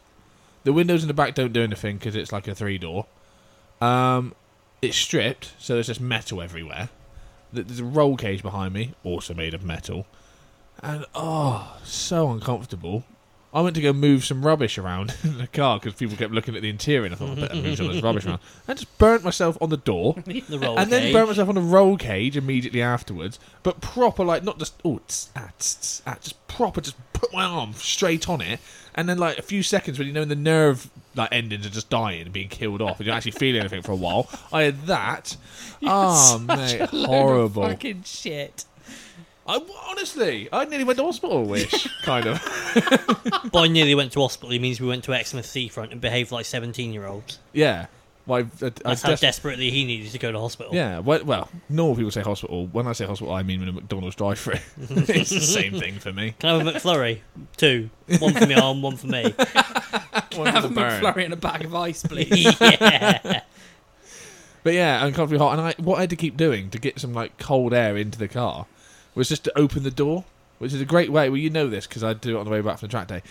The windows in the back don't do anything because it's like a three door. Um, it's stripped, so there's just metal everywhere. Th- There's a roll cage behind me, also made of metal, and oh, so uncomfortable. I went to go move some rubbish around in the car because people kept looking at the interior, and I thought I better move some of this rubbish around. I just burnt myself on the door The roll and then cage. burnt myself on a roll cage immediately afterwards. But proper, like not just oh, tss, ah, tss, tss, ah, just proper, just put my arm straight on it, and then like a few seconds when you know when the nerve like endings are just dying and being killed off, and you don't actually feel anything for a while. I had that. oh mate, horrible. Fucking shit. I honestly, I nearly went to hospital. Wish kind of. By nearly went to hospital, it means we went to Exmouth Seafront and behaved like 17 year olds. Yeah. My, I, I That's how des- desperately he needed to go to hospital. Yeah, well, well, normal people say hospital. When I say hospital, I mean when a McDonald's drive-through. it's the same thing for me. Can I have a McFlurry? Two. One for me arm, one for me. One Have for a the burn. McFlurry and a bag of ice, please. yeah. But yeah, uncomfortably hot. And I, what I had to keep doing to get some like cold air into the car was just to open the door, which is a great way. Well, you know this because I do it on the way back from the track day.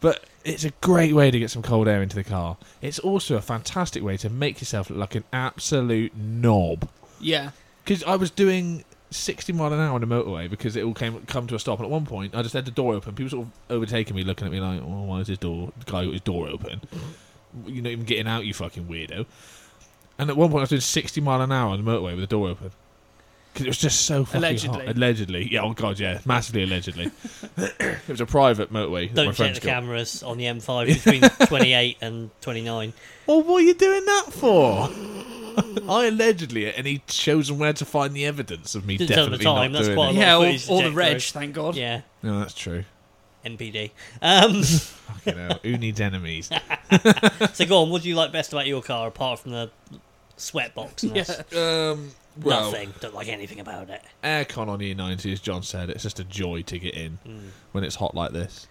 But it's a great way to get some cold air into the car. It's also a fantastic way to make yourself look like an absolute knob. yeah. Because I was doing 60 mile an hour on the motorway because it all came come to a stop. And at one point, I just had the door open. People sort of overtaking me, looking at me like, "Oh, why is his door? The guy got his door open. You're not even getting out, you fucking weirdo." And at one point, I was doing 60 mile an hour on the motorway with the door open because it was just so fucking Allegedly. hot. Allegedly, yeah. Oh god, yeah, massively allegedly. it was a private motorway. that my Don't check friends the got. cameras on the M5 between 28 and 29. Well, "Oh, what are you doing that for? I allegedly, and he shows them where to find the evidence of me Didn't tell them the definitely not time, that's doing quite it. a lot. Yeah, of all, footage to all the check reg, through. thank God. Yeah, No, that's true. NPD. Um, You know, who needs enemies? so go on. What do you like best about your car apart from the sweat box? And that's- Um, well, nothing. Don't like anything about it. aircon on E90, as John said, it's just a joy to get in Mm. when it's hot like this.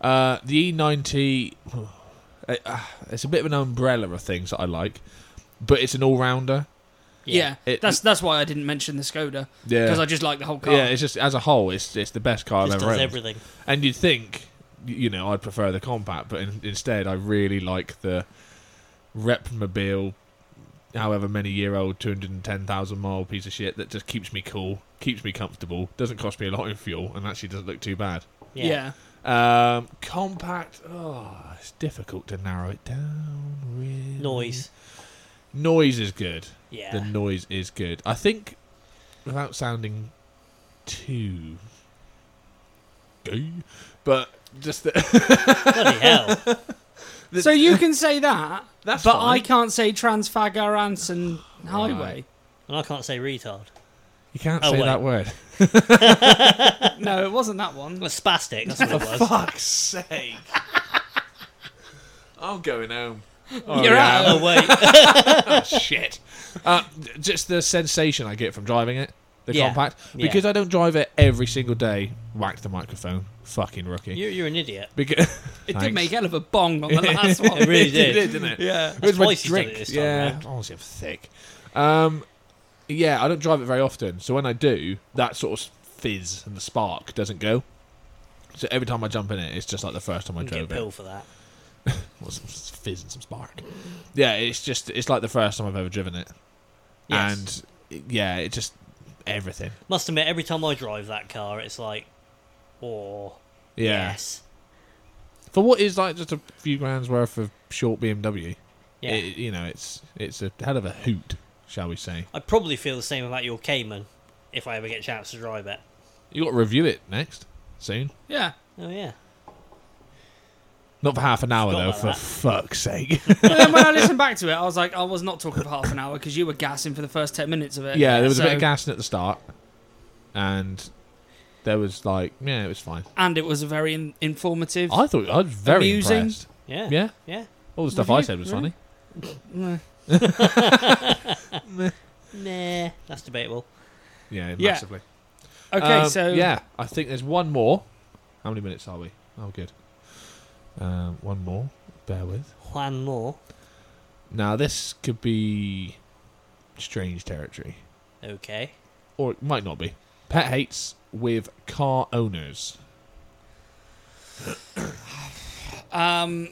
Uh, the E90, uh, uh, it's a bit of an umbrella of things that I like, but it's an all-rounder. Yeah, It- that's that's why I didn't mention the Skoda Yeah. because I just like the whole car. Yeah, it's just as a whole, it's it's the best car Just I've does ever owned. everything. And you'd think, y- you know, I'd prefer the compact, but in, instead, I really like the Repmobile, however many year old, 210,000 mile piece of shit that just keeps me cool, keeps me comfortable, doesn't cost me a lot in fuel, and actually doesn't look too bad. Yeah. yeah. Um, compact, oh, it's difficult to narrow it down, really. Noise. Noise is good. Yeah. The noise is good. I think, without sounding too gay, but just the. Bloody hell. The- So you can say that, That's but fine. I can't say Transfagaransen Highway. And I can't say retard. You can't Oh, say wait. that word. No, it wasn't that one. Well, spastic. That's what it Oh, was. Fuck's sake. I'm going home. Oh, You're yeah. out. Oh wait. Oh, shit. Uh, d- just the sensation I get from driving it, the Yeah. compact. Yeah. Because I don't drive it every single day, whack the microphone. Fucking rookie. You're, you're an idiot. Because- It did Thanks. make hell of a bong on the last It one. really It did. did, didn't it? yeah. It was my twice he's done it drink. this time yeah. round. Honestly, I'm thick. Um, yeah, I don't drive it very often, so when I do, that sort of fizz and the spark doesn't go. So every time I jump in it, it's just like the first time I You can get a drove it. pill for that. Well, some some fizz and some spark. Yeah, it's just it's like the first time I've ever driven it, Yes. and yeah, it just everything. Must admit, every time I drive that car, it's like, oh, Yeah, yes. for what is like just a few grand's worth of short BMW, Yeah. it, you know, it's it's a hell of a hoot, shall we say? I probably feel the same about your Cayman if I ever get a chance to drive it. You got to review it next soon. Yeah. Oh yeah. Not for half an hour Forgot though, about for that. fuck's sake. But then when I listened back to it, I was like, I was not talking for half an hour because you were gassing for the first ten minutes of it. yeah, there was So- a bit of gassing at the start, and there was like, yeah, it was fine. and it was a very in- informative. I thought I was very Amusing. impressed. Yeah. Yeah, Yeah. all the stuff Review, I said was really? funny. Nah. Nah. That's debatable. Yeah, Yeah. massively. Okay, Um, so yeah, I think there's one more. How many minutes are we? Oh, good. Um, one more. Bear with. Juan Moore. Now this could be strange territory. Okay. or it might not be. Pet hates with car owners. Um,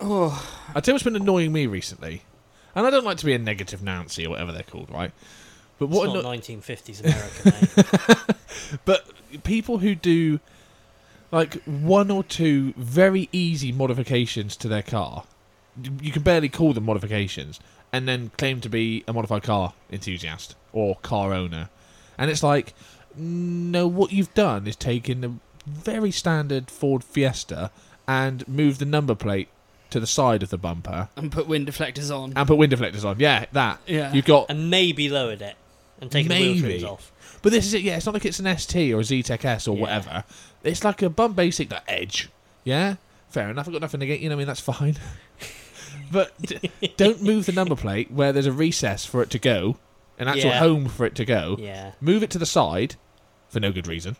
oh, I tell you what's been annoying me recently, and I don't like to be a negative Nancy or whatever they're called, right? But It's what not anno- 1950s America, mate. But people who do like one or two very easy modifications to their car, you you can barely call them modifications, and then claim to be a modified car enthusiast or car owner. And it's like, no, what you've done is taken a very standard Ford Fiesta and moved the number plate to the side of the bumper and put wind deflectors on. and put wind deflectors on. Yeah, that. Yeah. You've got and maybe lowered it and taken the wheel Maybe. trims off. But this is it, yeah. It's not like it's an ST or a ZTEC S or Yeah. whatever. It's like a bum basic that edge. Yeah, fair enough. I've got nothing against you. know what I mean, that's fine. but d- don't move the number plate where there's a recess for it to go, an actual Yeah. home for it to go. Yeah. Move it to the side for no good reason,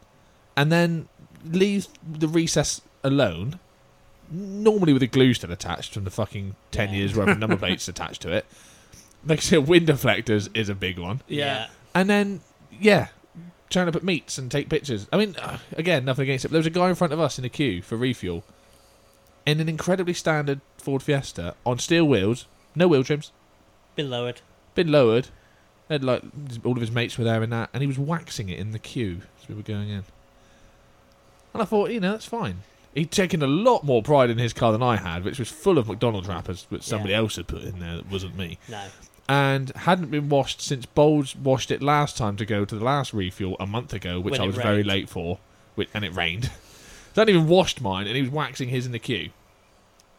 and then leave the recess alone. Normally with a glue still attached from the fucking ten Yeah. years worth of number plates attached to it. Like I said, wind deflectors is a big one. yeah. And then, yeah, trying to put meats and take pictures. I mean, ugh, again, nothing against it. But there was a guy in front of us in a queue for refuel in an incredibly standard Ford Fiesta on steel wheels, no wheel trims, Been lowered. been lowered. Had like all of his mates were there and that, and he was waxing it in the queue as we were going in. And I thought, you know, that's fine. He'd taken a lot more pride in his car than I had, which was full of McDonald's wrappers that somebody else had put in there that wasn't me No. and hadn't been washed since Bowles washed it last time to go to the last refuel a month ago, which When I it was very rained. late for, which, and it rained. so I hadn't even washed mine, and he was waxing his in the queue.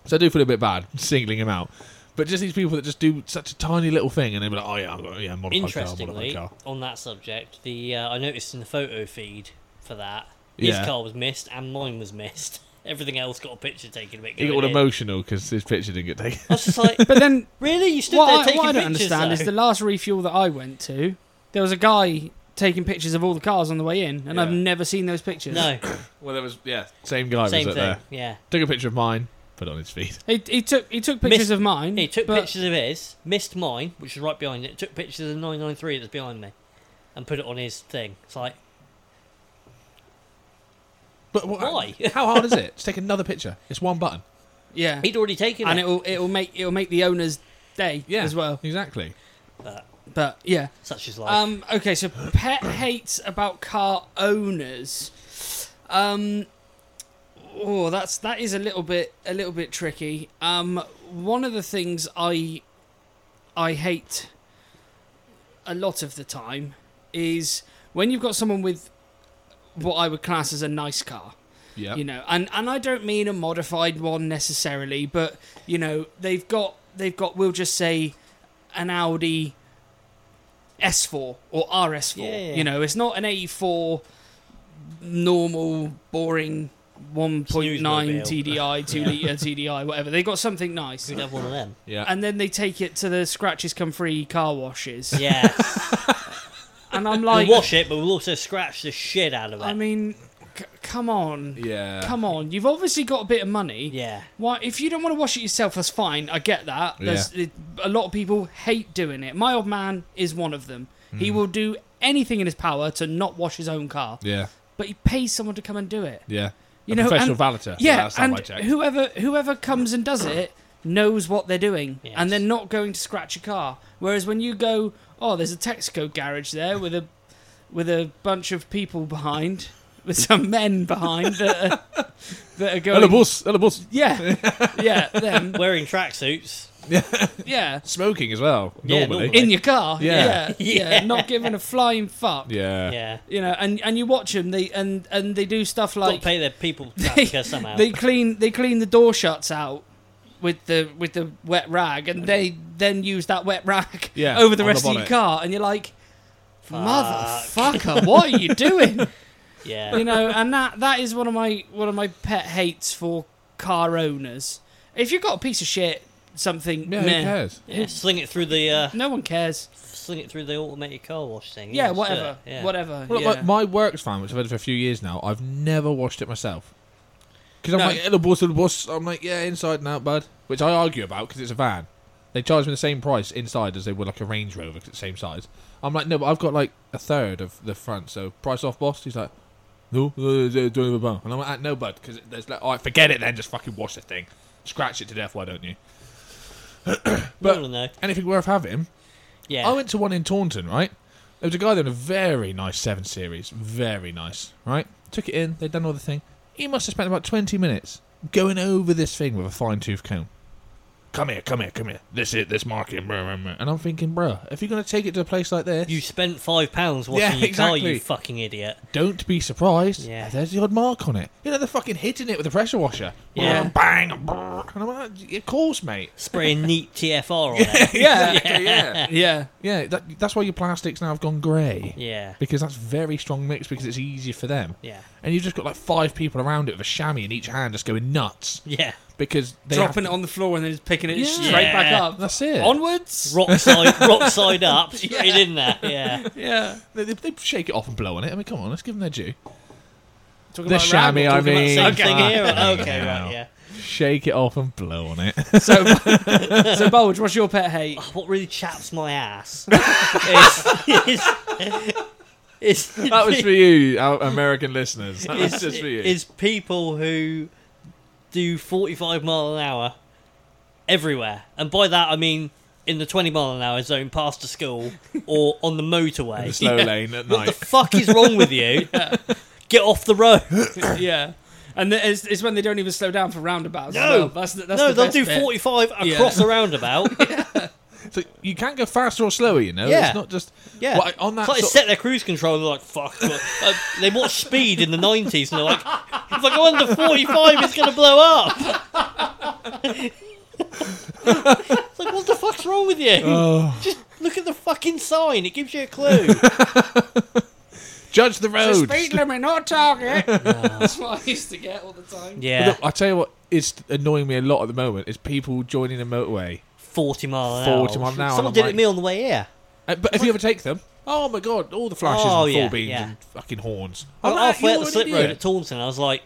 So I do feel a bit bad singling him out. But just these people that just do such a tiny little thing, and they're like, "Oh yeah, I've got, yeah, modified car, modified Interestingly, car." on that subject, the uh, I noticed in the photo feed for that Yeah. his car was missed and mine was missed. Everything else got a picture taken of it. He got all going in. emotional because his picture didn't get taken. I was just like, But then really? You stood what, there I, taking what I don't pictures? understand is though? the last refuel that I went to, there was a guy taking pictures of all the cars on the way in, and I've Yeah. never seen those pictures. no, well, there was yeah, same guy same was thing. up there. Yeah, Took a picture of mine, put it on his feed. he, he took he took pictures of mine. he took but pictures of his, missed mine, which is right behind it. Took pictures of the 993 that's behind me, and put it on his thing. It's like, But what, Why? How hard is it? Just take another picture. It's one button. Yeah, he'd already taken and it. it'll it'll make it'll make the owner's day Yeah, as well. Exactly. But But yeah, such is life. um, okay. So pet hates about car owners. Um, oh, that's that is a little bit a little bit tricky. Um, one of the things I I hate a lot of the time is when you've got someone with what I would class as a nice car Yeah. you know and and i don't mean a modified one necessarily but you know they've got they've got we'll just say an audi s4 or rs4 Yeah, yeah. you know it's not an a4 normal boring 1.9 Snooze-mobile. tdi 2 litre tdi whatever they got something nice We'd have one of them. yeah. and then they take it to the scratches come free car washes Yeah, and i'm like Um, we'll wash it, but we'll also scratch the shit out of it. i mean c- come on yeah. come on you've obviously got a bit of money yeah, Why, if you don't want to wash it yourself, that's fine. I get that. There's it, a lot of people hate doing it. My old man is one of them. He will do anything in his power to not wash his own car, Hmm. Yeah. but he pays someone to come and do it. Yeah. You a know, professional and- valeter. yeah, that's and how I check. whoever whoever comes and does it knows what they're doing, Yes. and they're not going to scratch a car. Whereas when you go, oh, there's a Texco garage there with a with a bunch of people behind, with some men behind that are, that are Hello, going. boss. Hello, boss. Yeah, yeah, them. wearing tracksuits. Yeah. Smoking as well. Yeah, Normally. normally. in your car. Yeah. Yeah. Yeah. Yeah. Not giving a flying fuck. yeah. Yeah. You know, and, and you watch them. They and and they do stuff Got to like pay their people they, trafficker somehow. they clean they clean the door shuts out with the with the wet rag, and they then use that wet rag Yeah, over the on the rest of your bonnet. car, and you're like. Fuck. Motherfucker, what are you doing? yeah. you know, and that that is one of my one of my pet hates for car owners. If you've got a piece of shit, something, Yeah, meh, who cares? yeah. Sling it through the uh, no one cares. sling it through the automatic car wash thing. Yeah, just do whatever, it, yeah. whatever. Well, yeah. like my work's fan, which I've had for a few years now, I've never washed it myself. Because I'm No. like, hello, boss, hello, boss. I'm like, yeah, inside and out, bud. Which I argue about because it's a van. They charge me the same price inside as they would like a Range Rover, 'cause it's the same size. I'm like, no, but I've got like a third of the front, so price off, boss. He's like, no, no, no, don't have a bun. And I'm like, ah, no, bud, because there's like, all right, forget it then, just fucking wash the thing, scratch it to death, why don't you? But, But- no, no, no. Anything worth having? Yeah. I went to Oh, one in Taunton, right? There was a guy there in a very nice 7 Series. Very nice, right? Took it in, they'd done all the thing. He must have spent about 20 minutes going over this thing with a fine tooth comb. Come here, come here, come here. This it, this marking. Blah, blah, blah. And I'm thinking, bruh, if you're going to take it to a place like this, you spent five pounds washing Yeah, your car, exactly. you fucking idiot. don't be surprised. Yeah. Yeah. There's the odd mark on it. You know, they're fucking hitting it with a pressure washer. Yeah. Bang, brrr. And I'm like, of course, mate. Spraying neat TFR on it. Yeah, exactly, yeah. Yeah. Yeah, that, that's why your plastics now have gone grey. Yeah. because that's very strong mix because it's easier for them. Yeah. And you've just got like five people around it with a chamois in each hand just going nuts Yeah. because they Dropping it have on the floor and then just picking it Yeah. straight back Yeah. up. That's it. Onwards. Rock side, rock side up, straight in there. Yeah. Yeah. to, they, they shake it off and blow on it. I mean, come on, let's give them their due. Talking The about Ram, chamois, we're I talking about mean. same Same thing. thing here. fucking Okay, hell. right, yeah. Shake it off and blow on it. So, so Bulge, what's your pet hate? What really chaps my ass is, is, is that was for you, our American listeners. That was just for you. is people who do 45 mile an hour everywhere. And by that, I mean in the 20 mile an hour zone past a school or on the motorway. the slow lane at What the night. fuck is wrong with you? Get off the road. yeah. And the, it's, it's when they don't even slow down for roundabouts. as No. well. that's the, that's no, the they'll best do bit. 45 Yeah. across a roundabout. So you can go faster or slower, you know. Yeah. It's not just Yeah. Well, on that it's like they sort- set their cruise control and they're like, fuck. uh, they watch speed in the 90s and they're like, if I go under 45, it's going to blow up. it's like, what the fuck's wrong with you? Oh. Just look at the fucking sign. It gives you a clue. judge the The road. speed limit, not target. That's what I used to get all the time. But yeah. look, I tell you what is annoying me a lot at the moment is people joining the motorway 40 mile an hour. 40 mile an hour, Someone I'm did it like- to me on the way here. Uh, but if you ever take them, oh my god, all the flashes Oh, and full yeah, beams yeah. and fucking horns. I I'm got like, halfway up you're the an slip road idiot. at Taunton. I was like,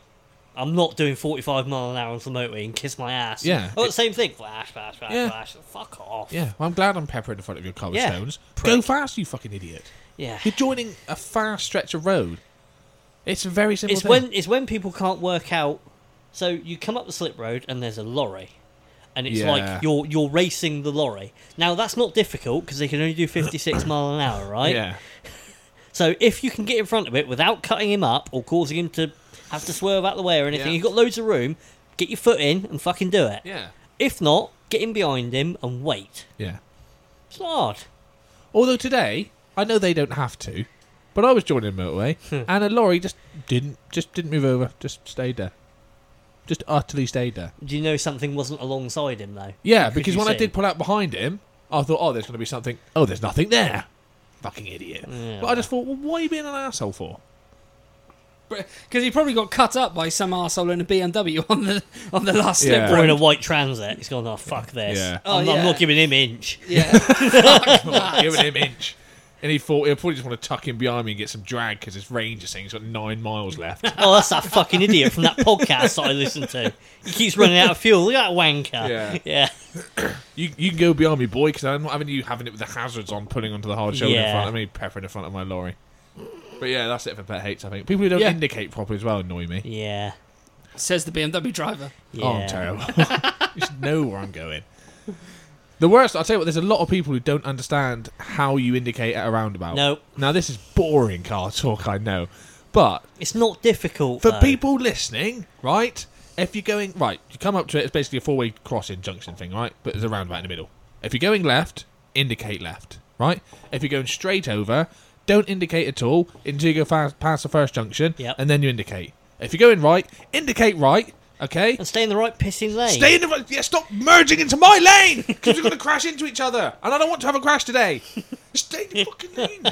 I'm not doing 45 mile an hour on the motorway and kiss my ass. Yeah. I got the same thing. Flash, flash, flash, Yeah. flash. Fuck off. Yeah, well, I'm glad I'm peppering in front of your car with Yeah, stones. Go prick. fast, you fucking idiot. Yeah. You're joining a fast stretch of road. It's a very simple it's thing. when it's when people can't work out. So you come up the slip road and there's a lorry, and it's Yeah. like you're you're racing the lorry. Now that's not difficult because they can only do 56 mile an hour, right? yeah, So if you can get in front of it without cutting him up or causing him to have to swerve out the way or anything, Yeah. you've got loads of room. Get your foot in and fucking do it. yeah, If not, get in behind him and wait. yeah. It's not hard. Although today, I know they don't have to, but I was joining a motorway, Hmm. and a lorry just didn't just didn't move over, just stayed there, just utterly stayed there. Do you know something wasn't alongside him though? Yeah, Could because you when I see? did pull out behind him, I thought, oh, there's going to be something. Oh, there's nothing there. Fucking idiot. Yeah. But I just thought, well, what are you being an asshole for? Because he probably got cut up by some arsehole in a BMW on the on the last slip Yeah. or road. in a white transit, he's gone. Oh fuck this! Yeah. Oh, I'm, I'm yeah. not giving him inch. Yeah, giving him inch. And he thought he'll probably just want to tuck in behind me and get some drag because his Ranger thing's got nine miles left. Oh, that's that fucking idiot from that podcast that I listened to. He keeps running out of fuel. Look at that wanker. Yeah. Yeah. you you can go behind me, boy, because I'm not having you having it with the hazards on, pulling onto the hard shoulder in Yeah. front of me, peppering in front of my lorry. But yeah, that's it for pet hates. I think people who don't Yeah. indicate properly as well annoy me. Yeah. says the BMW driver. Oh, I'm Yeah. terrible. you should know where I'm going. The worst, I'll tell you what, there's a lot of people who don't understand how you indicate at a roundabout. No. Now, this is boring car talk, I know. But It's not difficult. for though. people listening, right? If you're going, right, you come up to it, it's basically a four way crossing junction thing, right? But there's a roundabout in the middle. If you're going left, indicate left, right? If you're going straight over, don't indicate at all until you go fast, past the first junction, Yep. and then you indicate. If you're going right, indicate right, okay? And stay in the right pissing lane. Stay in the right. Yeah, stop merging into my lane because we're going to crash into each other, and I don't want to have a crash today. Stay in your fucking lane.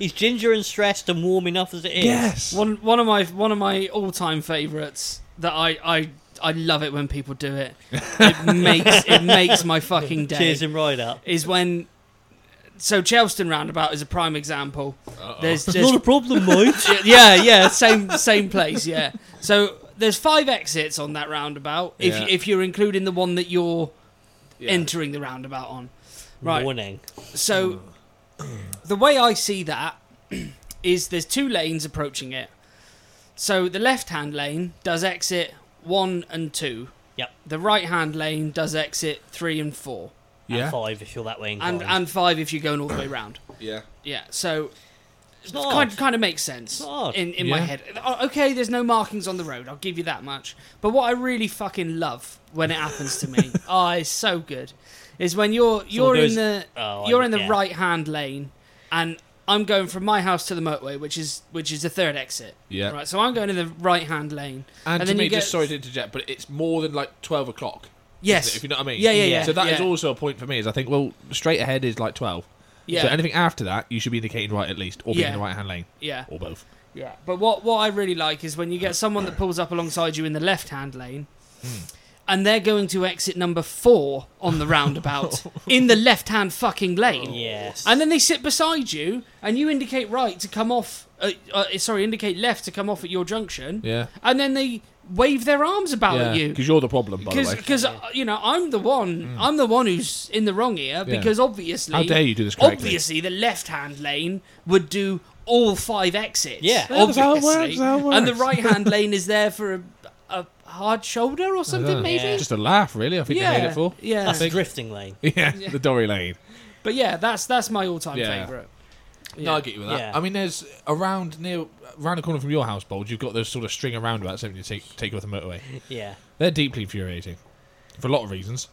He's ginger and stressed and warm enough as it is. yes. One one of my one of my all time favourites that I, I I love it when people do it. It makes it makes my fucking day. Cheers him right up. is when so Chelston roundabout is a prime example. There's, It's there's- not a problem, mate. yeah, yeah, same same place, yeah. So there's five exits on that roundabout. If Yeah. if you're including the one that you're Yeah. entering the roundabout on. Right. Warning. So the way I see that is there's two lanes approaching it. So the left-hand lane does exit 1 and 2. Yep. The right-hand lane does exit 3 and 4 Yeah. And five if you're that way inclined. and and 5 if you're going all the way round. Yeah. Yeah. So it's it not kind, hard. kind of makes sense Odd. in, in my Yeah. head. O- Okay, there's no markings on the road. I'll give you that much. But what I really fucking love when it happens to me, oh, it's so good, is when you're you're in goes- the Oh, I- you're in the yeah. right hand lane, and I'm going from my house to the motorway, which is which is the third exit. Yeah. Right. So I'm going in the right hand lane, And, to then me, you get just sorry to interject, but it's more than like twelve o'clock. isn't Yes. it, if you know what I mean. Yeah, yeah, yeah. So that is yeah. also a point for me. Is I think well, straight ahead is like twelve. Yeah. So anything after that, you should be indicating right at least, or be Yeah. in the right hand lane, yeah. or both. Yeah. But what what I really like is when you get someone that pulls up alongside you in the left hand lane. Hmm. And they're going to exit number four on the roundabout in the left hand fucking lane. Yes. And then they sit beside you, and you indicate right to come off. Uh, uh, sorry, indicate left to come off at your junction. Yeah. And then they wave their arms about at you Because you're the problem, by the way. because you know I'm the one I'm the one who's in the wrong here Hmm. Yeah. because obviously How dare you do this correctly. obviously the left hand lane would do all five exits Yeah. That's how it works, obviously how it and the works. right hand lane is there for a, a hard shoulder or I don't something know. maybe Just a laugh, really. I think yeah they made it for. yeah That's drifting lane. Yeah, Yeah. the Dory Lane. but yeah that's that's my all time Yeah. favorite No, I get you with that. Yeah. I mean, there's around near around the corner from your house, Bold. You've got those sort of string of roundabouts, haven't you? Take take off the motorway. Yeah. They're deeply infuriating for a lot of reasons.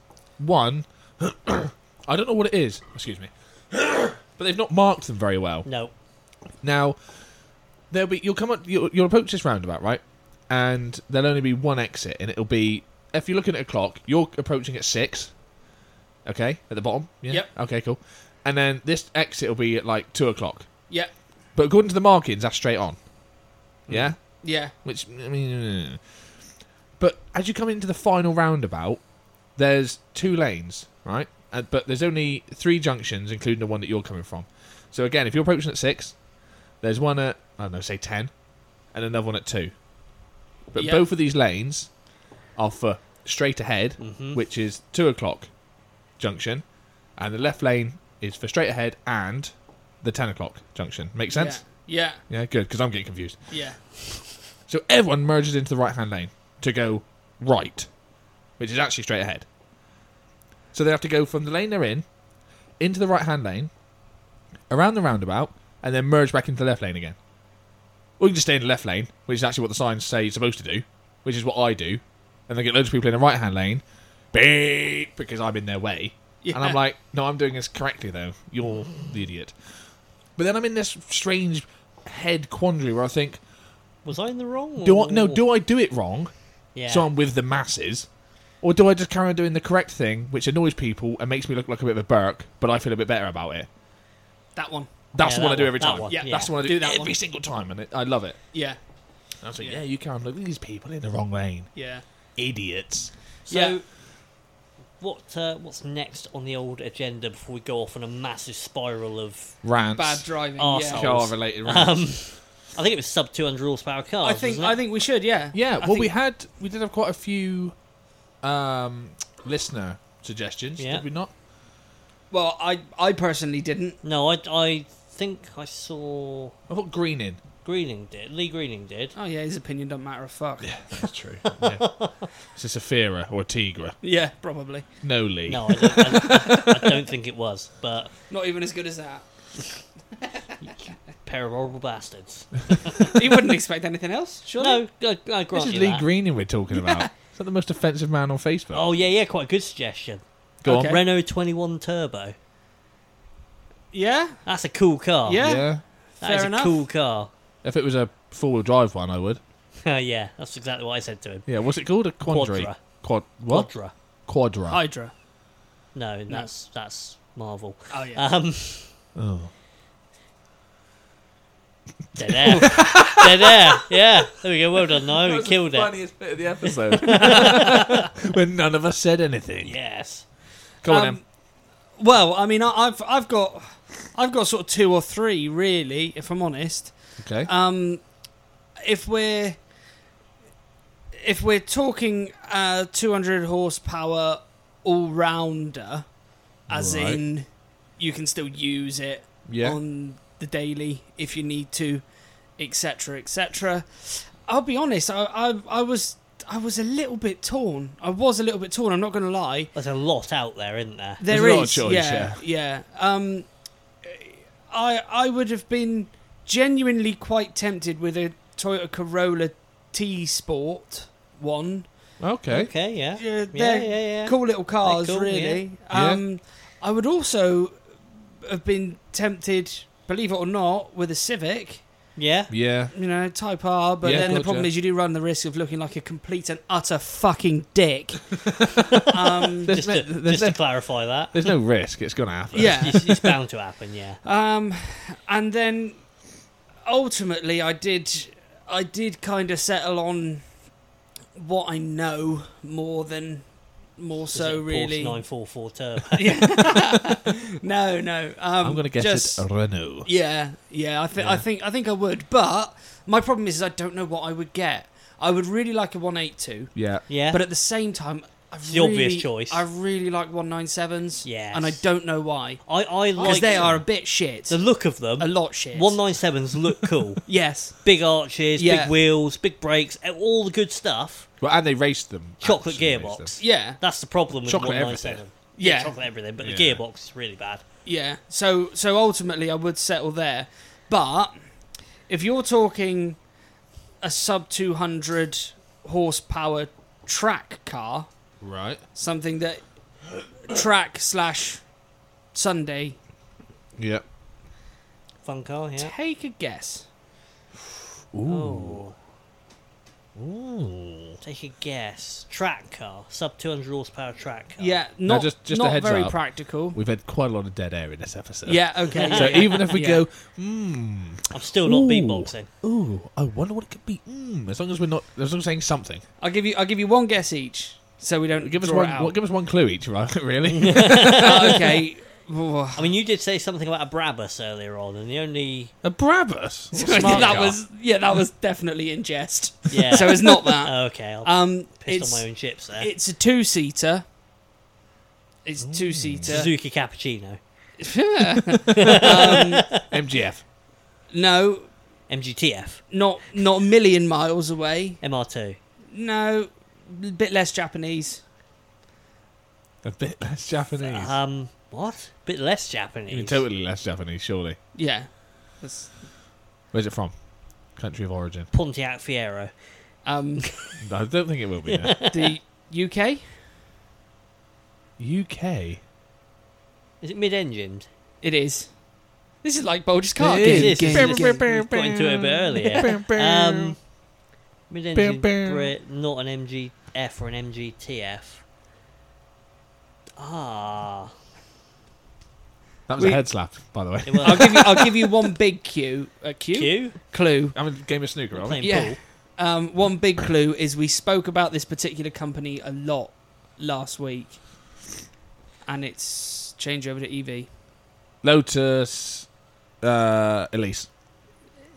One, I don't know what it is. Excuse me, but they've not marked them very well. No. Now, there'll be you'll come up you'll, you'll approach this roundabout right, and there'll only be one exit, and it'll be if you're looking at a clock, you're approaching at six. Okay, at the bottom. Yeah. Yep. Okay, cool. And then this exit will be at like two o'clock. yeah But according to the markings, that's straight on. Hmm. Yeah? yeah Which, I mean. But as you come into the final roundabout, there's two lanes, right? And, but there's only three junctions, including the one that you're coming from. So again, if you're approaching at six, there's one at, I don't know, say 10, and another one at two. But Yeah. both of these lanes are for straight ahead, Mm-hmm. Mhm. which is two o'clock junction, and the left lane is for straight ahead and the 10 o'clock junction. Make sense? yeah Yeah, good, because I'm getting confused. yeah, yeah. So everyone merges into the right hand lane to go right, which is actually straight ahead. So they have to go from the lane they're in into the right hand lane, around the roundabout, and then merge back into the left lane again. Or you can just stay in the left lane, which is actually what the signs say you're supposed to do, which is what I do. And they get loads of people in the right hand lane, beep, because I'm in their way. And Yeah. I'm like, no, I'm doing this correctly, though. You're the idiot. But then I'm in this strange head quandary where I think, Was I in the wrong? do or- I, no, do I do it wrong? Yeah. So I'm with the masses, or do I just carry on doing the correct thing, which annoys people and makes me look like a bit of a burk, but I feel a bit better about it? that one That's Yeah, the one that I do one, every that time. one, yeah, yeah. that's the one I do, Do that every one. single time, and it, I love it. yeah And I was like, yeah, you can. Look at these people in the wrong lane, yeah idiots. So, Yeah. what uh, what's next on the old agenda before we go off on a massive spiral of? Rants, bad driving Arsehole. yeah. car related rants. Um, I think it was sub 200 horsepower cars. I think wasn't it? I think we should yeah yeah, I well, think- we had we did have quite a few um, listener suggestions, Yeah. did we not? well I I personally didn't No, I, I think I saw I thought Greening. Greening did. Lee Greening did. Oh yeah, his opinion don't matter a fuck. Yeah, That's true. yeah. Is this a Fira or a Tigra? probably. No, Lee. No, I don't, I, I don't think it was, but Not even as good as that. pair of horrible bastards. He wouldn't expect anything else, surely. No, I, I grant This is you Lee that. Greening we're talking about. Is that the most offensive man on Facebook? Oh yeah, yeah, quite a good suggestion. Go Okay. on. Renault 21 Turbo. Yeah, That's a cool car. Yeah. that is fair a enough. cool car. If it was a four-wheel drive one, I would. yeah, that's exactly what I said to him. Yeah. What's it called? A quandary. Quadra. Quad. What? Quadra. Quadra. Hydra. No, that's that's Marvel. Oh yeah. Um, Oh. dead air. dead air. Yeah, there we go. Well done. No, we killed it. Funniest bit of the episode. when none of us said anything. Yes. Go on. Um, Em. well, I mean, I, I've I've got I've got sort of two or three really, if I'm honest. Okay. Um, if we're if we're talking uh, 200 horsepower all rounder, as Right. in you can still use it Yeah. on the daily if you need to, etc., etc. I'll be honest, I, I I was I was a little bit torn. I was a little bit torn. I'm not going to lie. There's a lot out there, isn't there? There is, There's a lot of choice, yeah, yeah. Um, I I would have been genuinely quite tempted with a Toyota Corolla T Sport one. Okay. Okay, yeah. Yeah, yeah, they're yeah, yeah. Cool little cars, They're cool, really. yeah. Um, I would also have been tempted, believe it or not, with a Civic. Yeah. Yeah. You know, Type R, but Yeah, then the gotcha. problem is you do run the risk of looking like a complete and utter fucking dick. um, There's Just, no, to, there's, just no, to clarify that. there's no risk. It's gonna happen. yeah. It's, it's bound to happen, yeah. Um, and then ultimately, I did, I did kind of settle on what I know more than more Is so it a Porsche really. 944 turbo. Yeah. no, no. Um, I'm gonna guess just, it's Renault. Yeah, yeah. I think Yeah. I think I think I would, but my problem is, is I don't know what I would get. I would really like a 182, Yeah. Yeah. but at the same time. I It's really, the obvious choice. I really like 197s. Yes. And I don't know why. I, I Because like Oh, they are a bit shit. the look of them. a lot shit. 197s look cool. Yes. big arches, Yeah. big wheels, big brakes, all the good stuff. Well, and they raced them. Chocolate Actually raced gearbox. Yeah. That's the problem with Chocolate 197. everything. Yeah. chocolate everything, but Yeah. the gearbox is really bad. Yeah. So so ultimately I would settle there. But if you're talking a sub 200 horsepower track them. car, Right. something that track slash Sunday, Yeah. Fun car, yeah. take a guess. Ooh. Ooh. Take a guess. Track car. Sub 200 horsepower track car. Yeah, not just- just a not heads very up. practical. We've had quite a lot of dead air in this episode. yeah, okay. So yeah, even if we yeah. go, I'm still not Ooh. beatboxing. ooh, I wonder what it could be. Mm, as long as we're not, as long as we're saying something. I'll give you I'll give you one guess each so we don't Give us draw it one. out. What, give us one clue each, right? Really? Uh, okay. Oh, I mean, you did say something about a Brabus earlier on, and the only. a Brabus. that Smart car. was yeah, that was definitely in jest. Yeah. Oh, So it's not that. okay, I'll Um, pissed it's, on my own chips there. it's a two seater. It's two seater. Suzuki Cappuccino. MGF. Um, no, MGTF. not not a million miles away. MR2. No, a bit less Japanese. A bit less Japanese. Um, what? Bit less I mean, Japanese. totally less Japanese, surely. Yeah, That's- Where's it from? Country of origin. Pontiac Fiero. um, I don't think it will be. no. the UK. UK. Is it mid-engined? It is. This is like Bulger's car. It Game, is. game, Bam, bam, game. bam. We've got into it a bit earlier. Um, mid-engined bam. Brit, not an MGF or an MGTF. Ah, That was We- a head slap, by the way. it was I'll give you. I'll give you one big cue. A cue. Q. Clue. I'm a game of snooker, aren't we? Playing Yeah. pool. Um, one big clue is we spoke about this particular company a lot last week, and it's change over to E EV. Lotus, uh, Elise.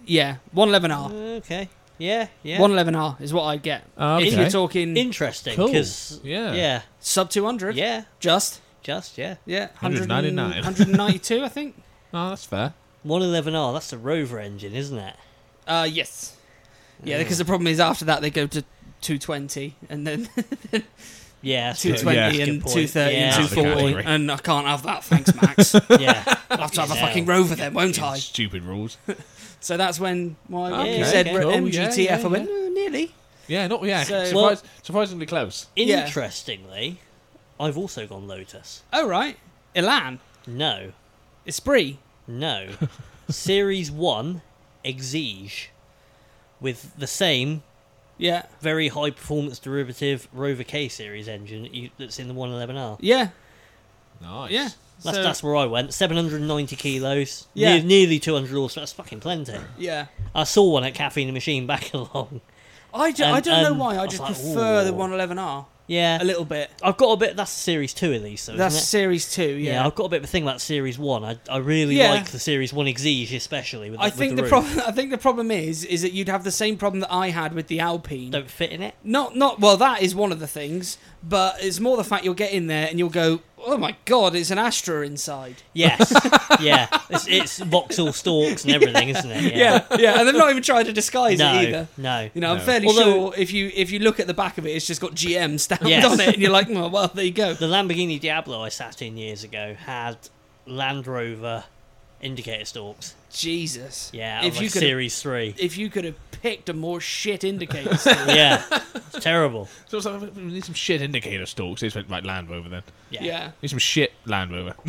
Yeah, one eleven R. Uh, Okay. Yeah. Yeah. One eleven R is what I get. Oh, If okay. you're talking Interesting. Cool. 'cause- Yeah. Yeah. sub two hundred, Yeah. just Just yeah. yeah, 199. 192, I think. Oh, that's fair. One eleven R. That's the Rover engine, isn't it? Uh, yes. Yeah, Mm. because the problem is after that they go to two twenty, and then Yeah. that's two good. twenty Yeah. and Good point. two thirty and Yeah. two Out of the forty, category. and I can't have that. Thanks, Max. I Yeah. I have to have a fucking Rover then, won't I? Stupid rules. So that's when my when Ah, Okay, you said okay. we're at Cool, yeah, MGTF, yeah, I went "Oh, nearly. Yeah, not yeah. So- surprise, surprisingly close. Yeah. Interestingly, I've also gone Lotus. Oh right, Elan, No. Esprit. No. Series 1, Exige, with the same Yeah, very high performance derivative Rover K series engine that you, that's in the 111R. yeah, Nice. yeah. That's, So- that's where I went. 790 kilos, Yeah. near, nearly 200 horsepower. That's fucking plenty. yeah. I saw one at Caffeine and Machine back along. I, ju- I And- don't know and why. I I was just like, prefer the "Ooh." 111R. Yeah, a little bit. I've got a bit. That's series two of these, so That's isn't series two. it? Yeah. I've got a bit of a thing about series one. I, I really Yeah. like the series one Exige especially. With, I with think the, the, roof. problem. I think the problem is, is that you'd have the same problem that I had with the Alpine. don't fit in it. Not, not well. That is one of the things, but it's more the fact you'll get in there and you'll go, "Oh my god, it's an Astra inside." Yes, yeah, it's, it's Vauxhall stalks and everything, isn't it? Yeah, yeah, and they've not even tried to disguise no, it either. no. You know, No. I'm fairly Although- sure if you if you look at the back of it, it's just got GM stamped Yes. on it, and you're like, "Oh, well, well, there you go. The Lamborghini Diablo I sat in years ago had Land Rover indicator stalks. Jesus. Yeah, If if you like could, series three. if you could have picked a more shit indicator, still, yeah, it's terrible. So it's like, we need some shit indicator stalks. They just went, right, Land Rover then. Yeah, yeah. We need some shit Land Rover.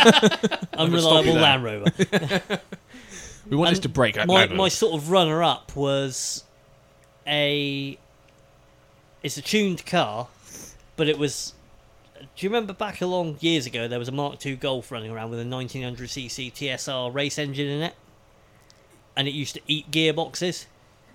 stop you unreliable there. Land Rover. We want And this to break. Like, my Land Rover. my sort of runner up was a it's a tuned car, but it was. Do you remember back a long years ago there was a Mark II Golf running around with a 1900cc TSR race engine in it, and it used to eat gearboxes,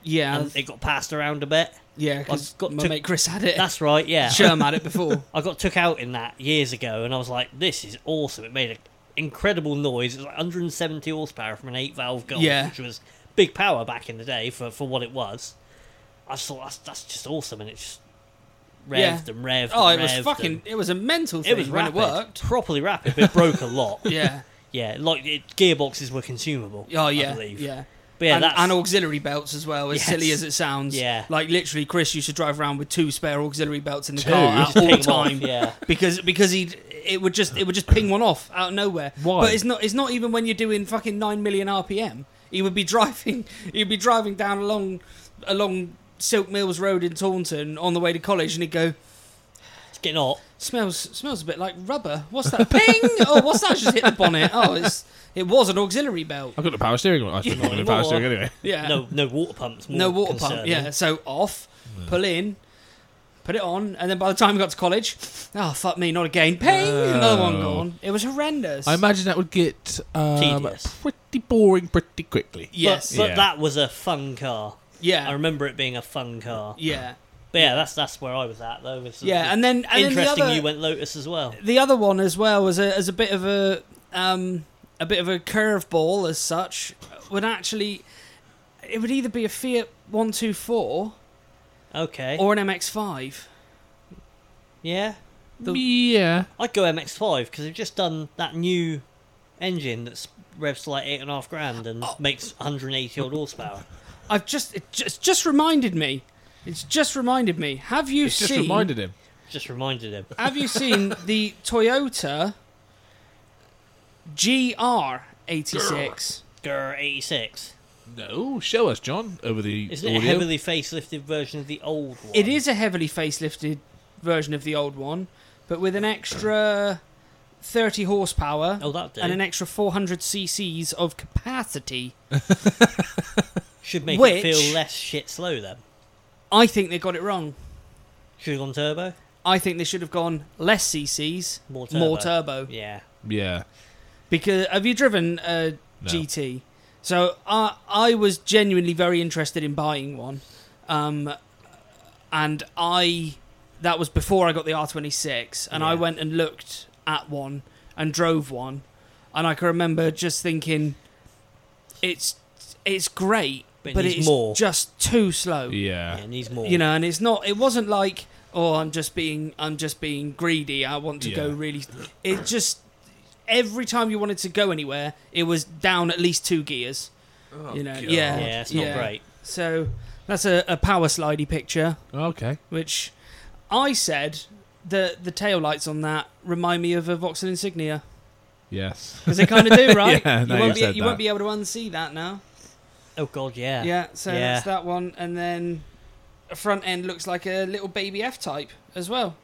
Yeah, and it got passed around a bit. yeah, because I've got my to- mate Chris had it. That's right, yeah. Sherm had it before. I got took out in that years ago, and I was like, "This is awesome!" It made an incredible noise. It was like 170 horsepower from an eight-valve Golf, Yeah. which was big power back in the day for, for what it was. I just thought that's, that's just awesome, and it just revved Yeah. and revved. Oh, it and was revved fucking. and- It was a mental thing It was when rapid, it worked. properly rapid, but it broke a lot. Yeah. Yeah, like it, gearboxes were consumable. Oh I yeah. believe. Yeah. But yeah, and, that's and auxiliary belts as well, as Yes. silly as it sounds. Yeah. Like literally, Chris used to drive around with two spare auxiliary belts in the Two? car at Just all take them off, time. yeah. Because because he would it would just it would just ping one off out of nowhere. Why? But it's not it's not even when you're doing fucking nine million RPM. He would be driving he'd be driving down along along Silk Mills Road in Taunton on the way to college, and he'd go. it's getting hot. Smells smells a bit like rubber. What's that? Ping! Oh, what's that? Just hit the bonnet. Oh, it's it was an auxiliary belt. I've got the power steering. on. I should not have the More. power steering anyway. Yeah. No, no water pumps. more no water pump. concerning. Yeah, so off, pull in, put it on, and then by the time we got to college, oh fuck me, not again. Ping, another one No. gone. It was horrendous. I imagine that would get um, Tedious. pretty boring pretty quickly. yes, but, but Yeah. that was a fun car. I yeah, remember it being a fun car. yeah, But yeah, that's that's where I was at though. Was the- yeah, and then and then the interesting other you went Lotus as well. the other one as well was a, as a bit of a um a bit of a curveball as such would actually it would either be a Fiat One Two Four Okay. or an MX Five. yeah, The- yeah. I'd go MX-5 because they've just done that new engine that's revs to like eight and a half grand and makes 180 odd horsepower. I've just it just just reminded me. It's just reminded me. Have you It's just seen? reminded him. Just reminded him. Have you seen the Toyota GR86? Grr, 86. No, show us, John, over the Isn't audio. it a heavily facelifted version of the old one? It is a heavily facelifted version of the old one, but with an extra 30 horsepower Oh, that do. and an extra 400 cc's of capacity. Should make which- it feel less shit slow then. I think they got it wrong. Should have gone turbo. I think they should have gone less cc's, More turbo. more turbo. Yeah. Yeah. Because have you driven a No. GT? So I I was genuinely very interested in buying one, um, and I that was before I got the R twenty six, and I Yeah. went and looked at one and drove one, and I can remember just thinking, it's it's great, But but, it needs it's more. just too slow Yeah. Yeah, it needs more. you know and it's not it wasn't like oh i'm just being i'm just being greedy i want to go Yeah. really it just every time you wanted to go anywhere it was down at least two gears you know yeah Yeah, it's not yeah. great. so that's a, a power slidey picture Okay. which i said the the tail lights on that remind me of a vauxhall insignia Yes. because they kind of do right Yeah, you, now won't you've be, said you won't that. be able to unsee that now Oh god, yeah. yeah, so Yeah. that's that one. And then a front end looks like a little baby F type as well.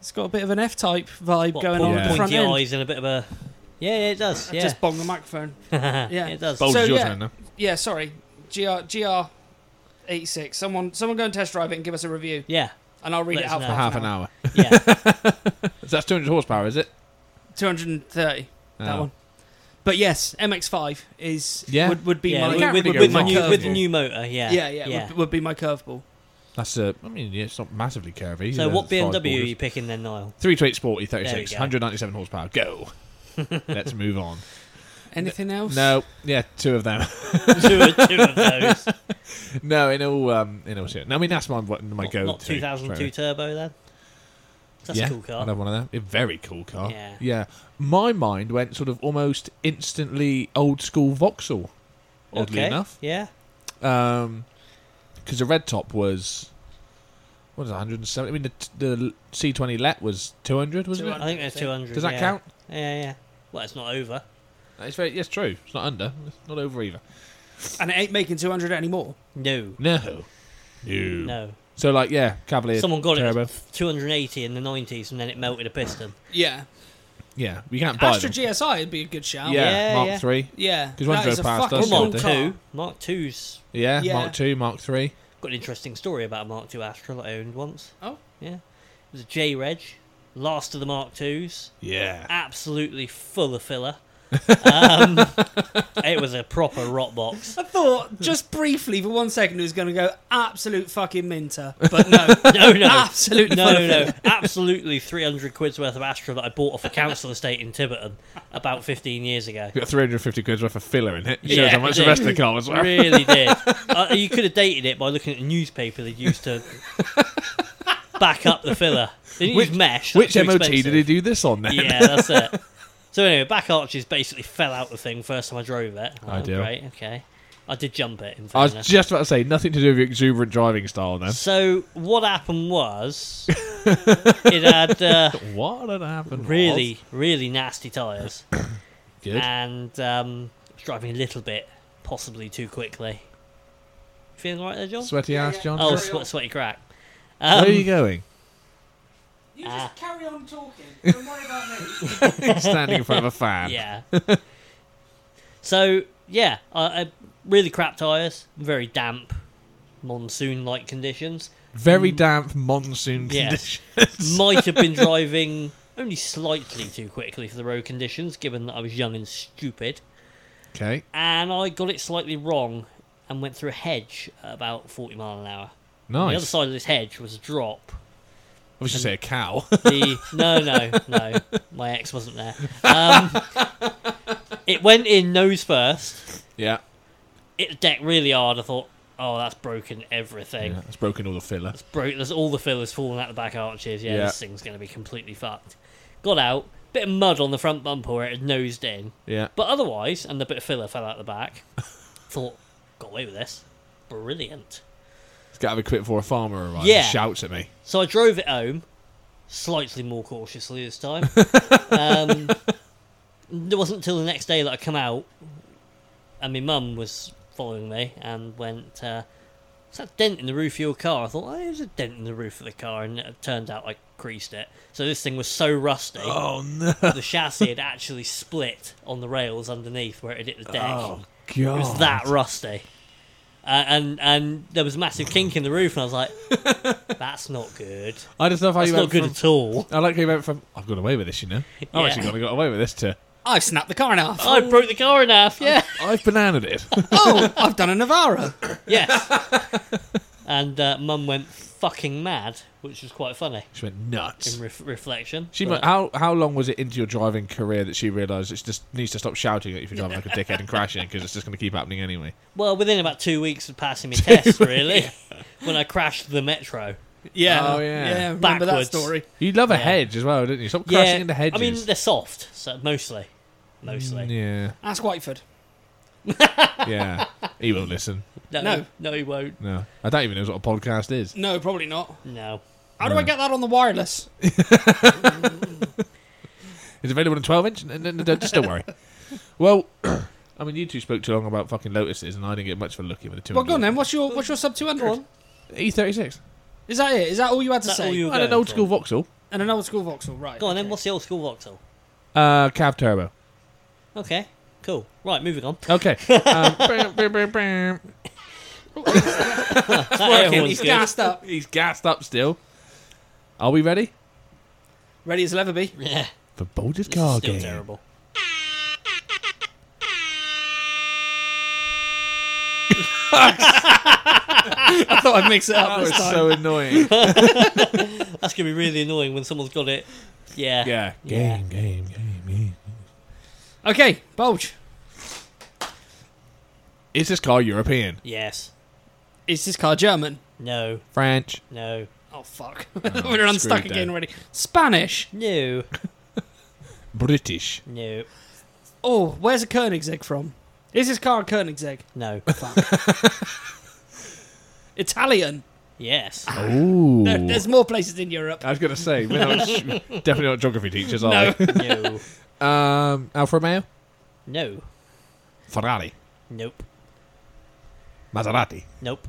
It's got a bit of an F type vibe What, going point- on Yeah. at the front pointy end. eyes and a bit of a. Yeah, yeah it does. Yeah, Just bong the microphone. yeah, it does. Bold So, is your yeah. turn now. Yeah, sorry. GR GR eighty six. Someone someone go and test drive it and give us a review Yeah, and I'll read Let it us out for know. For half, half an hour. yeah. So that's 200 horsepower, is it? Two hundred and thirty. That Oh. one. But yes, MX five is Yeah. would, would be yeah, my can't with, really with, go with the wrong. new, with the Yeah. new motor, yeah, yeah, yeah, Would, would be my curveball. That's a. I mean, yeah, it's not massively curvy. So Uh, what five BMW are quarters. you picking then, Niall? Three to eight sporty, There we 36, go. 197 horsepower. Go. Let's move on. Anything else? No, yeah, two of them. two, of- two of those. no, in all, um, in all seriousness. I mean, that's my my Not- go. Not 2002 turbo then. That's yeah, a cool car. I have one of them. A very cool car. Yeah. My mind went sort of almost instantly old school Vauxhall. Oddly okay. enough, Yeah. because the red top was what is it, 170? I mean, the the C20 let E was 200, wasn't I think there's 200. it? Does that yeah. count? Yeah, yeah. Well, it's not over. It's very, yes, true. It's not under. It's not over either. And it ain't making 200 anymore. No. No. No. No. So like, yeah, Cavalier. Someone got turbo. it 280 in the 90s and then it melted a piston. Yeah. Yeah, we can't buy Astra them. GSI would be a good shout. yeah, oh, Yeah, Mark yeah. three. Yeah. 'Cause one that drove is a past fucking us Or the other day. cool Mark car. II. Mark II's Yeah, Yeah. Mark two, Mark three. got an interesting story about a Mark II Astra that I owned once. Oh. Yeah. It was a J Reg, last of the Mark II's, Yeah. absolutely full of filler. um, it was a proper rot box. I thought just briefly for one second it was going to go absolute fucking minter, but Oh, no, No, no. Ah, absolutely No, full no, of no. it. Absolutely 300 quid's worth of Astra that I bought off a council estate in Tiverton about 15 years ago. We got 350 quid's worth of filler in it. Shows Yeah, how much the it rest of the did. car was worth. Really did. Uh, you could have dated it by looking at the newspaper they used to back up the filler. They didn't Which- use mesh. that was Which too MOT expensive. did he do this on then? Yeah, that's it. So anyway, back arches basically fell out the thing first time I drove it. Oh, Ideal. Great, okay. I did jump it. In I was fairness. just about to say nothing to do with your exuberant driving style then. So what happened was it had uh, What had happened? really, Uh, really nasty tyres, was- good. and um, I was driving a little bit, possibly too quickly. Feeling all right there, John? Sweaty Yeah, ass yeah. John. oh, carry swe- on. sweaty crack. Where Um, are you going? You Ah. just carry on talking. Don't worry about me. Standing in front of a fan. Yeah. so yeah, I, I really crap tires, very damp, monsoon-like conditions. Very Mm. damp monsoon Yeah. condition. Might have been driving only slightly too quickly for the road conditions, given that I was young and stupid. Okay. And I got it slightly wrong and went through a hedge at about 40 mile an hour. The other Nice. I side of this hedge was a drop. was just say a cow. The no, no, no, my ex wasn't there. Um, it went in nose first. yeah. it decked really hard. I thought, oh, that's broken everything. yeah. It's broken all the filler. It's broke. There's all the fillers falling out the back arches. Yeah, Yeah. this thing's going to be completely fucked. Got out. Bit of mud on the front bumper where it had nosed in, Yeah. but otherwise, and the bit of filler fell out the back. thought, got away with this. Brilliant. It's got to be quick before a farmer arrives. Yeah. and Shouts at me. So I drove it home, slightly more cautiously this time. um, it wasn't until the next day that I come out, and my mum was following me and went, uh, "Is that dent in the roof of your car?" I thought, "Oh, there's a dent in the roof of the car," and it turned out I creased it. So this thing was so rusty, Oh no. the chassis had actually split on the rails underneath where it hit the deck. Oh, god. It was that rusty. Uh, and and there was a massive kink in the roof, and I was like, "That's not good. I just love how That's you not went good from, at all." I like how you went from I've got away with this, you know. I've Yeah. actually got, got away with this to I've snapped the car in half. I broke the car in half. Yeah. I've bananaed it. oh, I've done a Navara. yes. And uh, Mum went fucking mad, which was quite funny she went in nuts. ref reflection. She But might, how how long was it into your driving career that she realised it just needs to stop shouting at you if you're driving like a dickhead and crashing because it's just going to keep happening anyway. well, within about two weeks of passing my test, really, when I crashed the metro. Yeah. Oh, yeah. Yeah, remember Backwards. that story. You love a Yeah. hedge as well, didn't you? Stop crashing into hedges. Mm, I mean they're soft, so mostly, mostly. yeah, Ask Whiteford. yeah. he won't listen. No, No. no, he won't. No, I don't even know what a podcast is. No, probably not. No. How do I No. get that on the wireless? Is it available in twelve inch? No, no, no, don't- just don't worry. Well, I mean, you two spoke too long about fucking lotuses, and I didn't get much for looking with the two. Well, go on then. What's your what's your sub two hundred? E thirty six Is that it? Is that all you had to Is that say? all you were and an going old for? school Vauxhall And an old school Vauxhall, right? Go on then. okay. What's the old school Vauxhall? uh, cab turbo. Okay. Cool. Right, moving on. Okay. Um, bam, bam, bam, bam. That Working, air horn's He's good. gassed up. He's gassed up still. Are we ready? Ready as he'll ever be. Yeah. For Boulder's This is Car still Game. terrible. I thought I'd mix it up That this was time. so annoying. That's gonna be really annoying when someone's got it. Yeah. yeah. Yeah. Game, game, game, game. Okay, Bulge. Is this car European? Yes. Is this car German? No. French. No. Oh fuck! screw We're unstuck it, again Dad. already. Spanish. No. British. No. Oh, where's a Koenigsegg from? Is this car a Koenigsegg? No. Fuck. Italian. Yes. Ooh. There, there's more places in Europe. I was going to say, we're not, definitely not geography teachers, are No. we? No. Um, Alfa Romeo? No. Ferrari. Nope. Maserati. Nope.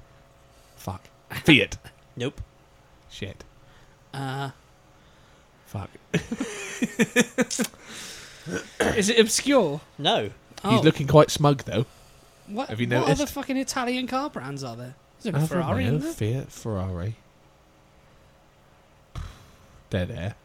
Fuck. Fiat. Nope. Shit. Uh, Fuck. is it obscure? No. Oh, He's looking quite smug, though. what, have you what noticed? other fucking Italian car brands are there? Is there a Alfa Ferrari Romeo, in there? Fiat, Ferrari. Dead air.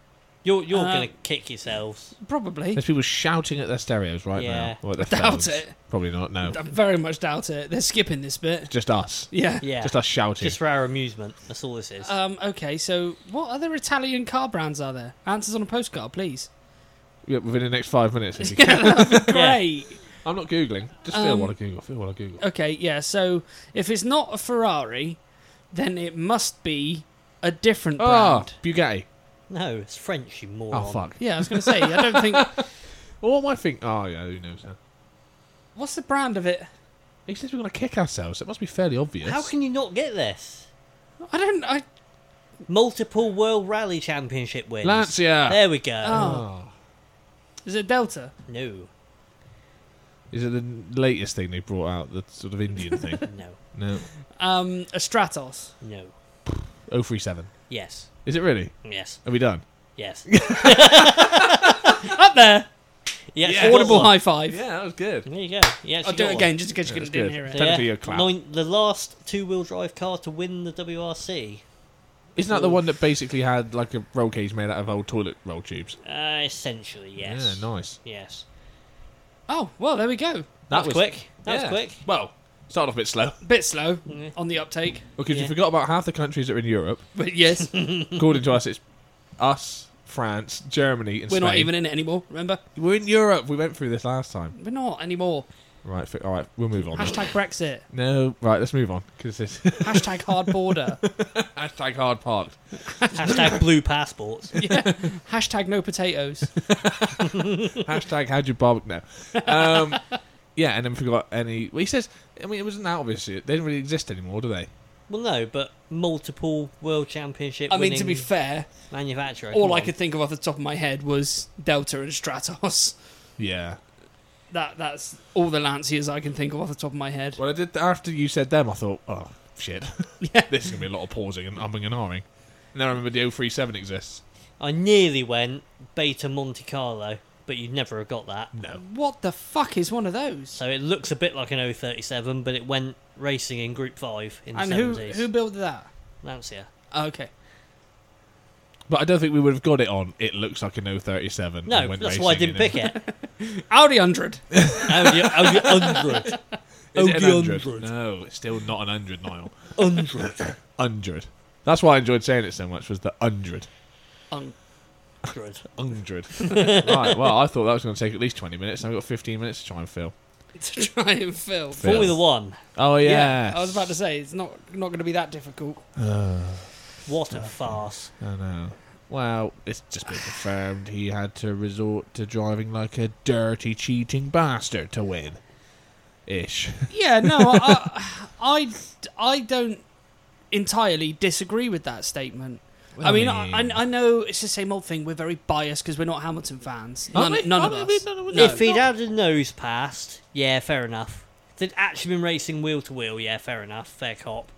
You're you're Uh, gonna kick yourselves. Probably. There's people shouting at their stereos right Yeah. now. Or at their Doubt phones. it. Probably not, no. I very much doubt it. They're skipping this bit. Just us. Yeah. Yeah. Just us shouting. Just for our amusement. That's all this is. Um, okay, so what other Italian car brands are there? Answers on a postcard, please. Yeah, within the next five minutes. If you can. Great. I'm not Googling. Just feel Um, what I Google. Feel what I Google. Okay, yeah. So if it's not a Ferrari, then it must be a different Ah, brand. Bugatti. No, it's French, you moron. Oh, fuck. Yeah, I was going to say. I don't think. Well, what am I think? Oh, yeah, who knows now? What's the brand of it? He says we're going to kick ourselves. It must be fairly obvious. How can you not get this? I don't. I. Multiple World Rally Championship wins. Lancia. There we go. Oh, Oh. is it Delta? No. Is it the latest thing they brought out? The sort of Indian thing? No. No. Um, a Stratos. No. 037. Yes. Is it really? Yes. Are we done? Yes. Up there. Yes. Yeah. you got Audible one. high five. that was good. There you go. Yes. I'll do it again just in case Yeah, you that's couldn't good. didn't hear So it. Technically a clap. Nine, the last two-wheel drive car to win the WRC. Isn't that the one that basically had like a roll cage made out of old toilet roll tubes? Uh, essentially, yes. Yeah, nice. Yes. Oh well, there we go. That, was, quick. That yeah. was quick. Mm-hmm. Well, started off a bit slow. Bit slow Yeah. on the uptake, Because Yeah. you forgot about half the countries that are in Europe. but yes, we're According to us, it's us, France, Germany, and Spain. not even in it anymore. Remember, We're in Europe. We went through this last time. we're not anymore. Right. fi- All right. We'll move on. Hashtag Brexit. No. Right. Let's move on because this Hashtag hard border. hashtag hard parked. Hashtag blue passports. Yeah. Hashtag no potatoes. Hashtag how'd you barb now? Um, yeah, and then forgot any. Well, he says. I mean, it wasn't that obvious. They didn't really exist anymore, do they? Well, no, but multiple world championship. I mean, to winning be fair, manufacturer. all come I on. could think of off the top of my head was Delta and Stratos. Yeah. That that's all the Lancias I can think of off the top of my head. Well, I did after you said them. I thought, oh shit, this is gonna be a lot of pausing and umming and ahhing. And then I remember the 037 exists. I nearly went Beta Monte Carlo, but you'd never have got that. No. What the fuck is one of those? So it looks a bit like an 037, but it went racing in Group Five in And the who 70s. who built that? Lancia. Oh, okay. But I don't think we would have got it on. It looks like an 037. No, and went that's why I racing didn't in pick it. Oh, Audi 100. Audi, Audi 100. Is it an Audi 100? 100. No, it's still not an 100, Niall. 100. 100. That's why I enjoyed saying it so much, was the 100. Um, 100. 100. right, well, I thought that was going to take at least 20 minutes. I've got 15 minutes to try and fill. to try and fill. Fair. Formula One. Oh, yeah. I was about to say it's not not going to be that difficult. What a farce. Uh, I know. Well, it's just been confirmed he had to resort to driving like a dirty, cheating bastard to win. Ish. Yeah, no, I, I I don't entirely disagree with that statement. I mean, I, I I know it's the same old thing. We're very biased because we're not Hamilton fans. Aren't None, we? none of Aren't we? us. None of us. No. if he'd had a nose passed, yeah, fair enough. If they'd actually been racing wheel to wheel, yeah, fair enough. Fair cop.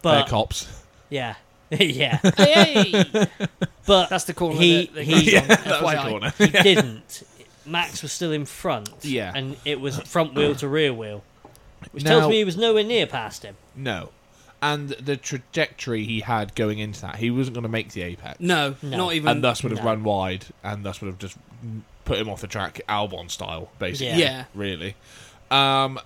But, They're cops. Yeah. yeah. hey, But that's the corner. He- that, that he- goes Yeah, on, That was FYI. a corner. he didn't. Max was still in front. Yeah. And it was front wheel to rear wheel. Which Now- tells me he was nowhere near past him. No. And the trajectory he had going into that, he wasn't going to make the apex. No, No. not even. and thus would have No. run wide, and thus would have just put him off the track, Albon style, basically. Yeah. Yeah. Really. Um,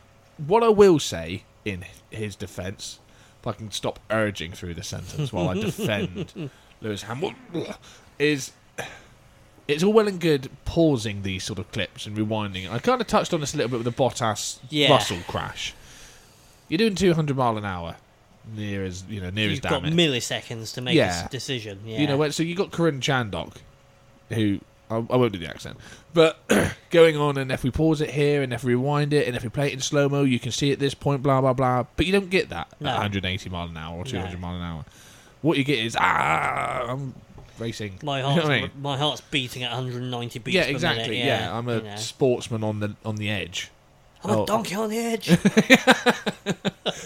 what I will say in his defence. If I can stop urging through the sentence while I defend Lewis Hamilton, is it's all well and good pausing these sort of clips and rewinding. I kind of touched on this a little bit with the Bottas Yeah. Russell crash. You're doing 200 mile an hour, near as you know, near as You've damn got it. milliseconds to make Yeah. a s- decision. Yeah. You know, when- so you got Corinne Chandok, who I, I won't do the accent, but going on, and if we pause it here, and if we rewind it, and if we play it in slow mo, you can see at this point, blah blah blah. But you don't get that No. at 180 mile an hour or 200 No. mile an hour. What you get is ah, I'm racing. my You know what heart's I mean? my heart's beating at 190 beats yeah, per exactly. minute. yeah. Yeah, I'm a you know. sportsman on the on the edge. I'm oh. a donkey on the edge.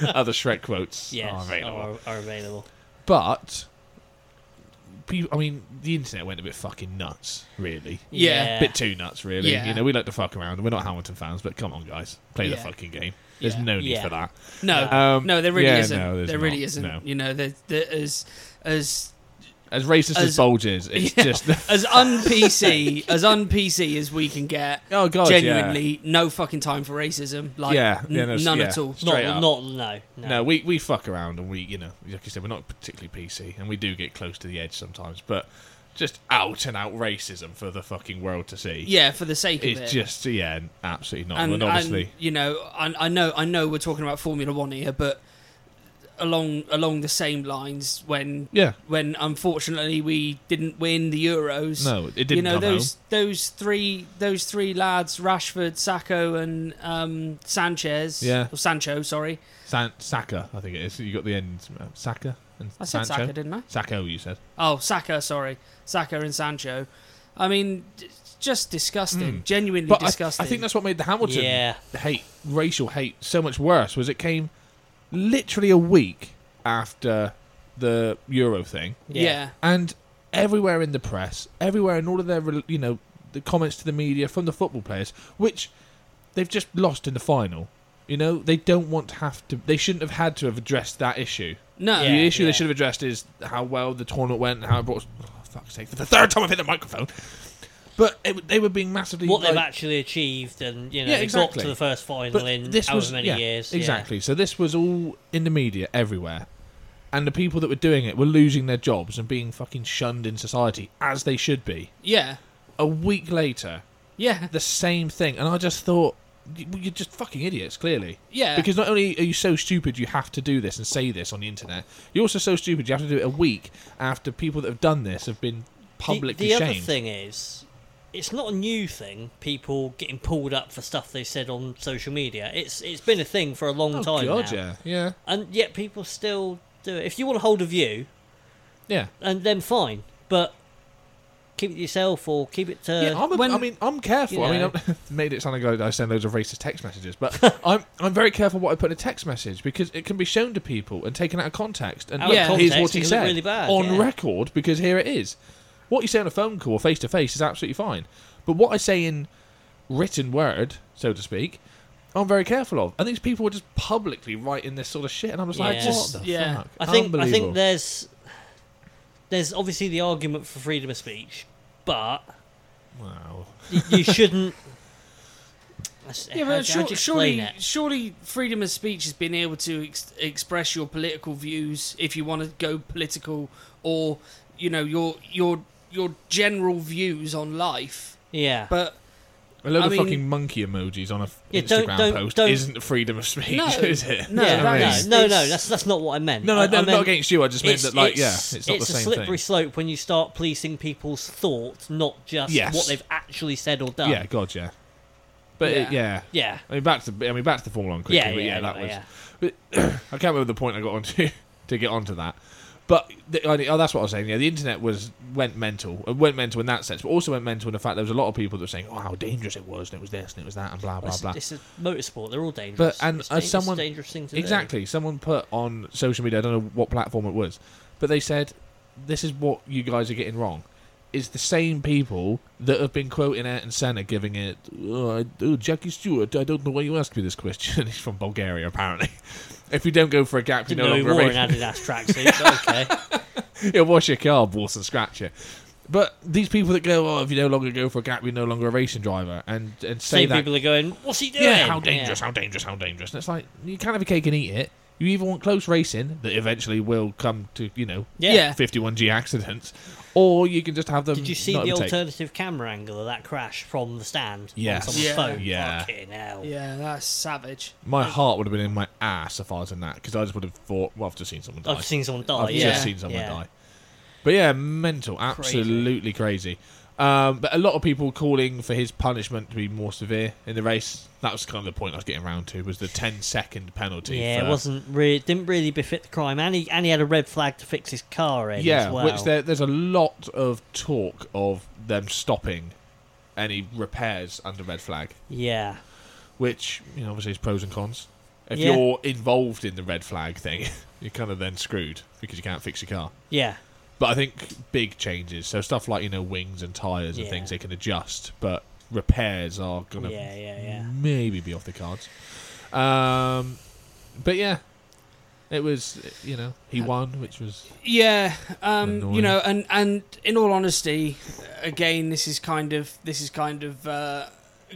Other Shrek quotes yes, are Oh, available. Are, are available. But people, I mean, the internet went a bit fucking nuts, really. Yeah. bit too nuts, really. Yeah. You know, we like to fuck around. We're not Hamilton fans, but come on, guys, play the Yeah. fucking game. There's Yeah. no need Yeah. for that. No, Um, no, there really yeah, isn't. no, there's there really not. isn't. No. You know, there, there, as as As racist as, As- Bulge is, it's Yeah. just as un PC as un PC as we can get. oh god, yeah. genuinely, no fucking time for racism. Like, Yeah, yeah, n- no, s- none yeah. at all. Straight Not, up. not no, no. No, we, we fuck around and we, you know, like you said, we're not particularly PC and we do get close to the edge sometimes, but just out and out racism for the fucking world to see. Yeah, for the sake of it. It's just, yeah, absolutely not. and, And, obviously, and, you know, I, I know, I know, we're talking about Formula One here, but along along the same lines, when yeah, when unfortunately we didn't win the Euros, no, it didn't you know come those home. those three those three lads, Rashford, Sacco, and um, Sanchez, Yeah. or Sancho, sorry, San- Saka, I think it is. You got the end. uh, Saka and I said Sancho? Sacco, didn't I? Sacco, you said. Oh, Saka, sorry, Saka and Sancho. I mean, d- just disgusting, Mm. genuinely But I, disgusting. I think that's what made the Hamilton Yeah, hate, racial hate, so much worse. Was it came literally a week after the Euro thing, yeah, yeah, and everywhere in the press, everywhere in all of their re- you know the comments to the media from the football players, which they've just lost in the final. You know they don't want to have to. They shouldn't have had to have addressed that issue. no, Yeah. the issue they should have addressed is how well the tournament went and how it brought. Oh, fuck's sake! For the third time I've hit the microphone. But it, they were being massively What they've like- actually achieved, and you know, Yeah, they exactly. got to the first final in however many yeah, years. yeah. Exactly. So this was all in the media everywhere. And the people that were doing it were losing their jobs and being fucking shunned in society as they should be. yeah, A week later, yeah, the same thing. And I just thought, "You- you're just fucking idiots, clearly. yeah, Because not only are you so stupid you have to do this and say this on the internet, you're also so stupid you have to do it a week after people that have done this have been The- publicly the, shamed. other thing is, it's not a new thing. People getting pulled up for stuff they said on social media. It's it's been a thing for a long oh, time God, now, yeah. Yeah. and yet people still do it. If you want to hold a view, Yeah. and then fine, but keep it to yourself or keep it to. yeah, I'm a, when- I mean, I'm careful. you I mean, know. I'm, made it sound like I send loads of racist text messages, but I'm I'm very careful what I put in a text message because it can be shown to people and taken out of context. And Out of Yeah. here's what context, he it can look said really bad, on yeah. record because here it is. What you say on a phone call, face to face, is absolutely fine, but what I say in written word, so to speak. I'm very careful of, and these people were just publicly writing this sort of shit, and I'm just like, Yeah. what Just- the yeah. fuck? I think I Unbelievable. think there's there's obviously the argument for freedom of speech, but wow. y- you shouldn't. yeah. how But do- sure- how do you surely, explain it? surely, freedom of speech is being able to ex- express your political views if you want to go political, or you know your your your general views on life, Yeah, but. A load I of mean- fucking monkey emojis on a f- Yeah, don't- Instagram don't- post don't- isn't freedom of speech, No, is it? no, You know yeah, what I that mean? is- no, no, it's- no, that's that's not what I meant. No, I, no, I no, meant not against you. I just meant It's, that, like, it's, yeah, it's not the a same slippery thing. slope when you start policing people's thoughts, not just Yes. what they've actually said or done. Yeah, God, yeah. But yeah. It, yeah, yeah, I mean, back to I mean, back to the Formula One quickly. yeah, but yeah, yeah, that yeah, was. yeah. I can't remember the point I got onto to get onto that. But the, I- oh, that's what I was saying. Yeah, the internet was went mental. It went mental in that sense, but also went mental in the fact there was a lot of people that were saying, "Oh, how dangerous it was," and it was this and it was that, and blah blah It's, blah. it's a motorsport; they're all dangerous. and as it's dan- it's a someone- dangerous thing to do. Exactly. Someone put on social media, I don't know what platform it was, but they said, This is what you guys are getting wrong. It's the same people that have been quoting Ayrton Senna giving it, oh, I- oh, Jackie Stewart, I don't know why you asked me this question. He's from Bulgaria, apparently. If you don't go for a gap, you're no Didn't know he longer wore an available. Adidas tracksuit. but okay. He'll wash your car, boss, and scratch you. But these people that go, oh, if you no longer go for a gap, you're no longer a racing driver, and and say Same that, people are going, what's he doing? yeah, how dangerous, how dangerous, how dangerous. And it's like you can't have a cake and eat it. You either want close racing that eventually will come to you know Yeah. Yeah. 51G accidents, or you can just have them. Did you see Hmm, not the overtake. alternative camera angle of that crash from the stand? Yes. On someone's Yeah. phone? Yeah. Fucking hell. Yeah, that's savage. Oh. My heart would have been in my ass if I was in that because I just would have thought, well, I've just seen someone die. I've seen someone die. I've yeah. just seen someone yeah. die. But yeah, mental, Crazy. absolutely crazy. Um, but a lot of people calling for his punishment to be more severe in the race. That was kind of the point I was getting round to was the 10 second penalty. Yeah, for, it wasn't really didn't really befit the crime, and he and he had a red flag to fix his car in. Yeah, as well. which there, there's a lot of talk of them stopping any repairs under red flag, yeah, which you know obviously is pros and cons. If Yeah. you're involved in the red flag thing, you're kind of then screwed because you can't fix your car. yeah, But I think big changes, so stuff like you know wings and tires and Yeah. things they can adjust, but repairs are gonna Mm. yeah, yeah, yeah. maybe be off the cards. Um, but yeah, it was you know he Uh, won, which was Yeah, um, you Annoying. know, and and in all honesty, again, this is kind of this is kind of uh,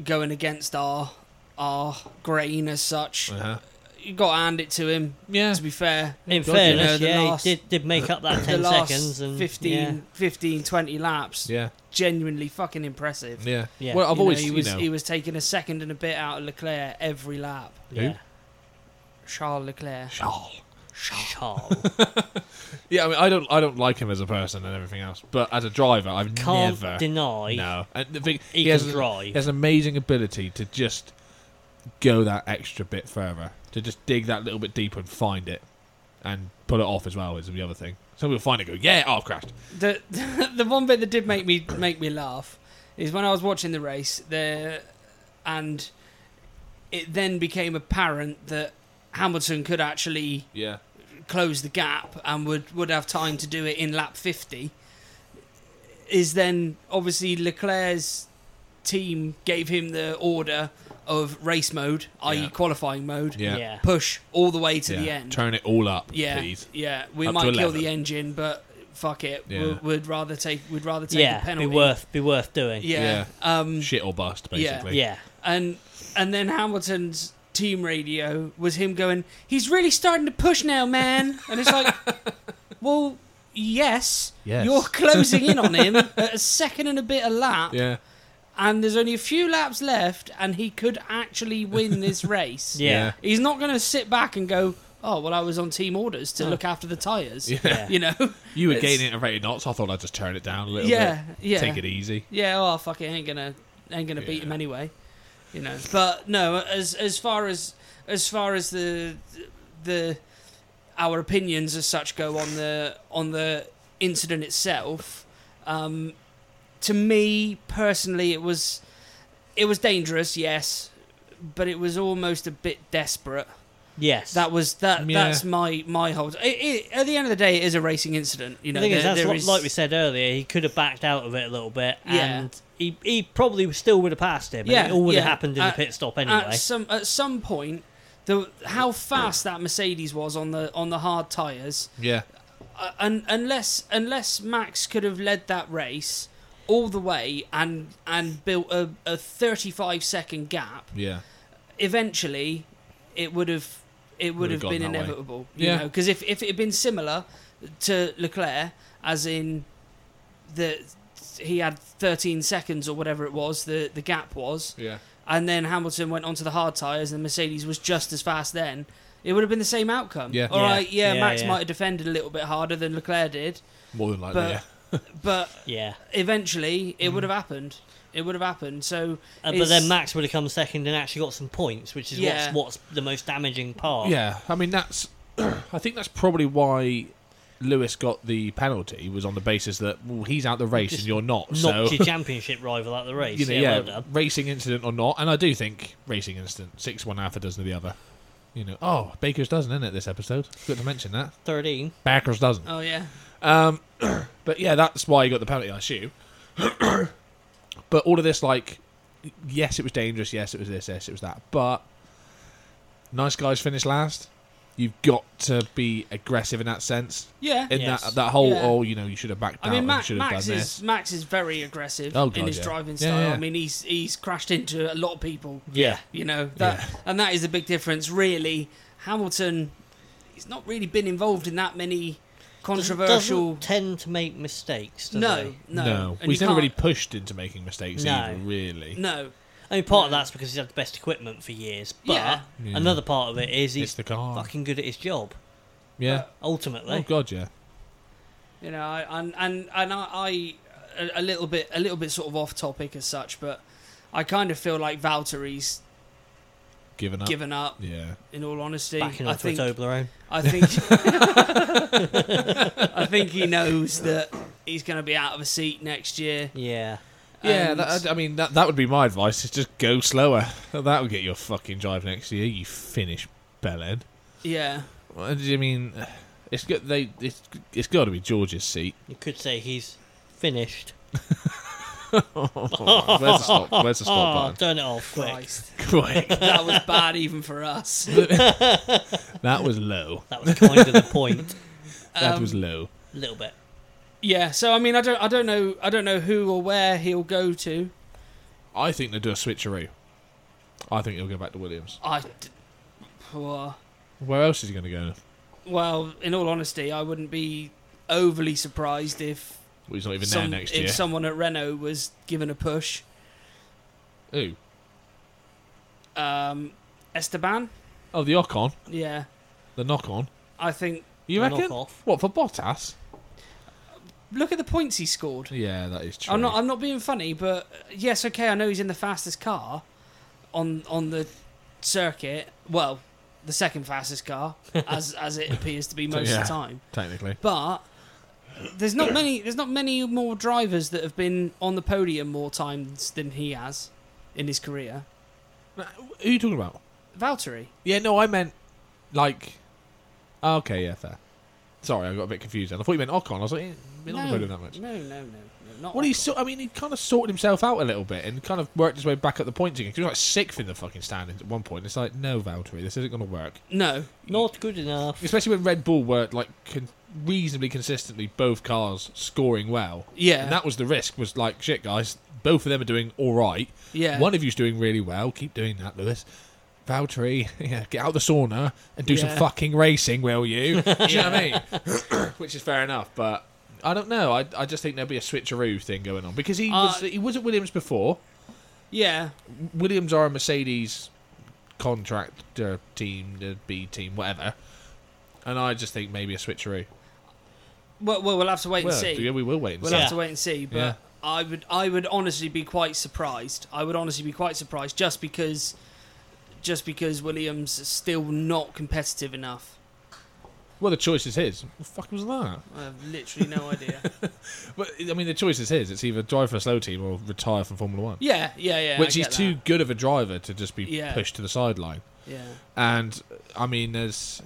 going against our our grain as such. uh You got to hand it to him. yeah To be fair, In God, fairness, yeah. yeah, The last- he did did make up that the ten last seconds and 15, 15, 20 laps, yeah genuinely fucking impressive. yeah. Yeah. Well, I've You know, always he you was know, he was taking a second and a bit out of Leclerc every lap. Yeah, Who? yeah. Charles Leclerc. Charles yeah. I mean, I don't I don't like him as a person and everything else, but as a driver, I've can't never deny no. And the thing, he, he has can an- drive. He has amazing ability to just go that extra bit further, to just dig that little bit deeper and find it, and pull it off as well is the other thing. Some people find it, and go, yeah, oh, I've crashed. the the one bit that did make me make me laugh is when I was watching the race there, and it then became apparent that Hamilton could actually Yeah, close the gap and would would have time to do it in lap fifty. Is then obviously Leclerc's team gave him the order of race mode, i.e. Yeah. qualifying mode, yeah, yeah. push all the way to yeah. the end. Turn it all up, Yeah, please. yeah. We Up to might kill 11. the engine, but fuck it. Yeah. We'll, we'd rather take. We'd rather take a yeah, be penalty. worth be worth doing. Yeah. Um. Shit or bust, Yeah. basically. yeah. And and then Hamilton's team radio was him going. He's really starting to push now, man. And it's like, well, yes, Yes. You're closing in on him at a second and a bit of lap, Yeah. and there's only a few laps left, and he could actually win this race. Yeah. He's not going to sit back and go. Oh well, I was on team orders to look after the tires. Yeah. Yeah. You know, You were It's- gaining at rated knots. I thought I'd just turn it down a little yeah, bit. yeah, Take it easy. yeah. Well, fuck it, ain't gonna, ain't gonna beat Yeah. him anyway, you know. But no, as as far as as far as the the our opinions as such go on the on the incident itself, um, to me personally, it was it was dangerous, yes, but it was almost a bit desperate. Yes. That was that. Yeah. That's my my whole. It, it, at the end of the day, it is a racing incident. You know, the thing is, there- that's there like, is- like we said earlier, he could have backed out of it a little bit, Yeah. and he, he probably still would have passed him. Yeah, and it all would yeah. have happened in Uh, the pit stop anyway. At some at some point, the how fast that Mercedes was on the on the hard tires, Yeah. uh, un, unless unless Max could have led that race all the way and and built a, a 35 second gap, Yeah. eventually it would have it Would would have have been gone that way. inevitable. You Yeah. because if if it had been similar to Leclerc, as in the he had 13 seconds or whatever it was the the gap was Yeah. and then Hamilton went onto the hard tyres, and Mercedes was just as fast then, it would have been the same outcome. Yeah. All Yeah. right, yeah, Yeah, Max yeah. might have defended a little bit harder than Leclerc did, More than likely, But- yeah. but yeah. eventually it would have happened. It would have happened. So, Mm. Uh, but It's- then Max would have come second and actually got some points, which is Yeah. what's, what's the most damaging part. Yeah, I mean that's. I think that's probably why Lewis got the penalty was on the basis that well, he's out the race Just and you're not. Knocked so your championship rival out the race. you know, yeah, yeah, well done. racing incident or not, and I do think racing incident six one half a dozen of the other. You know, oh Baker's dozen isn't it this episode? Good to mention that 13. Baker's dozen. oh yeah, Um, but yeah, that's why he got the penalty, I assume. but all of this, like, yes, it was dangerous. Yes, it was this. Yes, it was that. But nice guys finished last. you've got to be aggressive in that sense. Yeah. In Yes. that that whole Yeah. oh you know you should have backed I out, mean, and Max, should have Max done is this. Max is very aggressive Oh, God, in his yeah. driving Yeah, style. yeah. I mean, he's he's crashed into a lot of people. Yeah. You know that, and that is the big difference, really. Hamilton, he's not really been involved in that many Doesn't- controversial. Doesn't tend to make mistakes. Does no, he? no, no, and he's you never can't- really pushed into making mistakes No. either. Really, no. I mean, part of No. that's because he's had the best equipment for years, but Yeah. Yeah. another part of it is it's he's the car. fucking good at his job. yeah. Ultimately, Oh god, yeah. You know, I, and and and I, I a, a little bit a little bit sort of off topic as such, but I kind of feel like Valtteri's Given up. given up. Yeah. In all honesty, backing I off with think Toblerone. I think I think he knows that he's going to be out of a seat next year. Yeah, Yeah, And- that, I mean that that would be my advice. Is just go slower. That would get your fucking drive next year. You finish, bellend. yeah, What do you mean? It's got they. It's it's got to be George's seat. you could say he's finished. Where's the stop? Where's the Oh, stop turn it off quick. Christ, button? Quick. that was bad even for us. That was low. That was kind of the point. That Um, was low. A little bit. yeah. So I mean, I don't, I don't know, I don't know who or where he'll go to. I think they'll do a switcheroo. I think he'll go back to Williams. I, d- well, Where else is he going to go? well, in all honesty, I wouldn't be overly surprised if Well, he's not even some- there next if year. someone at Renault was given a push. Ooh. Um, Esteban, Oh, the Ocon, yeah, the knock on. I think. You The reckon? knock-off. What for Bottas? Look at the points he scored. Yeah, that is true. I'm not. I'm not being funny, but uh, yes, okay. I know he's in the fastest car on on the circuit. Well, the second fastest car, as as it appears to be most Yeah. of the time. Technically, But there's not many. There's not many more drivers that have been on the podium more times than he has in his career. who are you talking about? Valtteri. Yeah, no, I meant like. oh, okay, yeah, fair. Sorry, I got a bit confused. Then. I thought you meant Ocon. I was like, eh, been on the No, podium that much. no, no, no, no. Not Well, he Ocon. sort. I mean, he kind of sorted himself out a little bit and kind of worked his way back up the points again. 'cause he was like sixth in the fucking standings at one point. It's like, no, Valtteri, this isn't going to work. No. Not good enough. Especially when Red Bull were like con- reasonably consistently both cars scoring well. Yeah. And that was the risk. Was like, shit, guys, both of them are doing all right. yeah. One of you's doing really well. Keep doing that, Lewis. Valtteri, yeah, get out of the sauna and do some Yeah. fucking racing, will you? do you know what I mean? Which is fair enough, but I don't know. I, I just think there'll be a switcheroo thing going on because he Uh, was he was at Williams before. yeah. Williams are a Mercedes contractor team, the B team, whatever. And I just think maybe a switcheroo. Well, well, we'll have to wait Well, and see. yeah, we will wait and We'll see. have to wait and see, but Yeah. I would I would honestly be quite surprised. I would honestly be quite surprised just because just because Williams is still not competitive enough. Well, the choice is his. What the fuck was that? I have literally no idea. But I mean, the choice is his. It's either drive for a slow team or retire from Formula One. Yeah, yeah, yeah. I which he's get too that. good of a driver to just be Yeah. pushed to the sideline. Yeah. And I mean, there's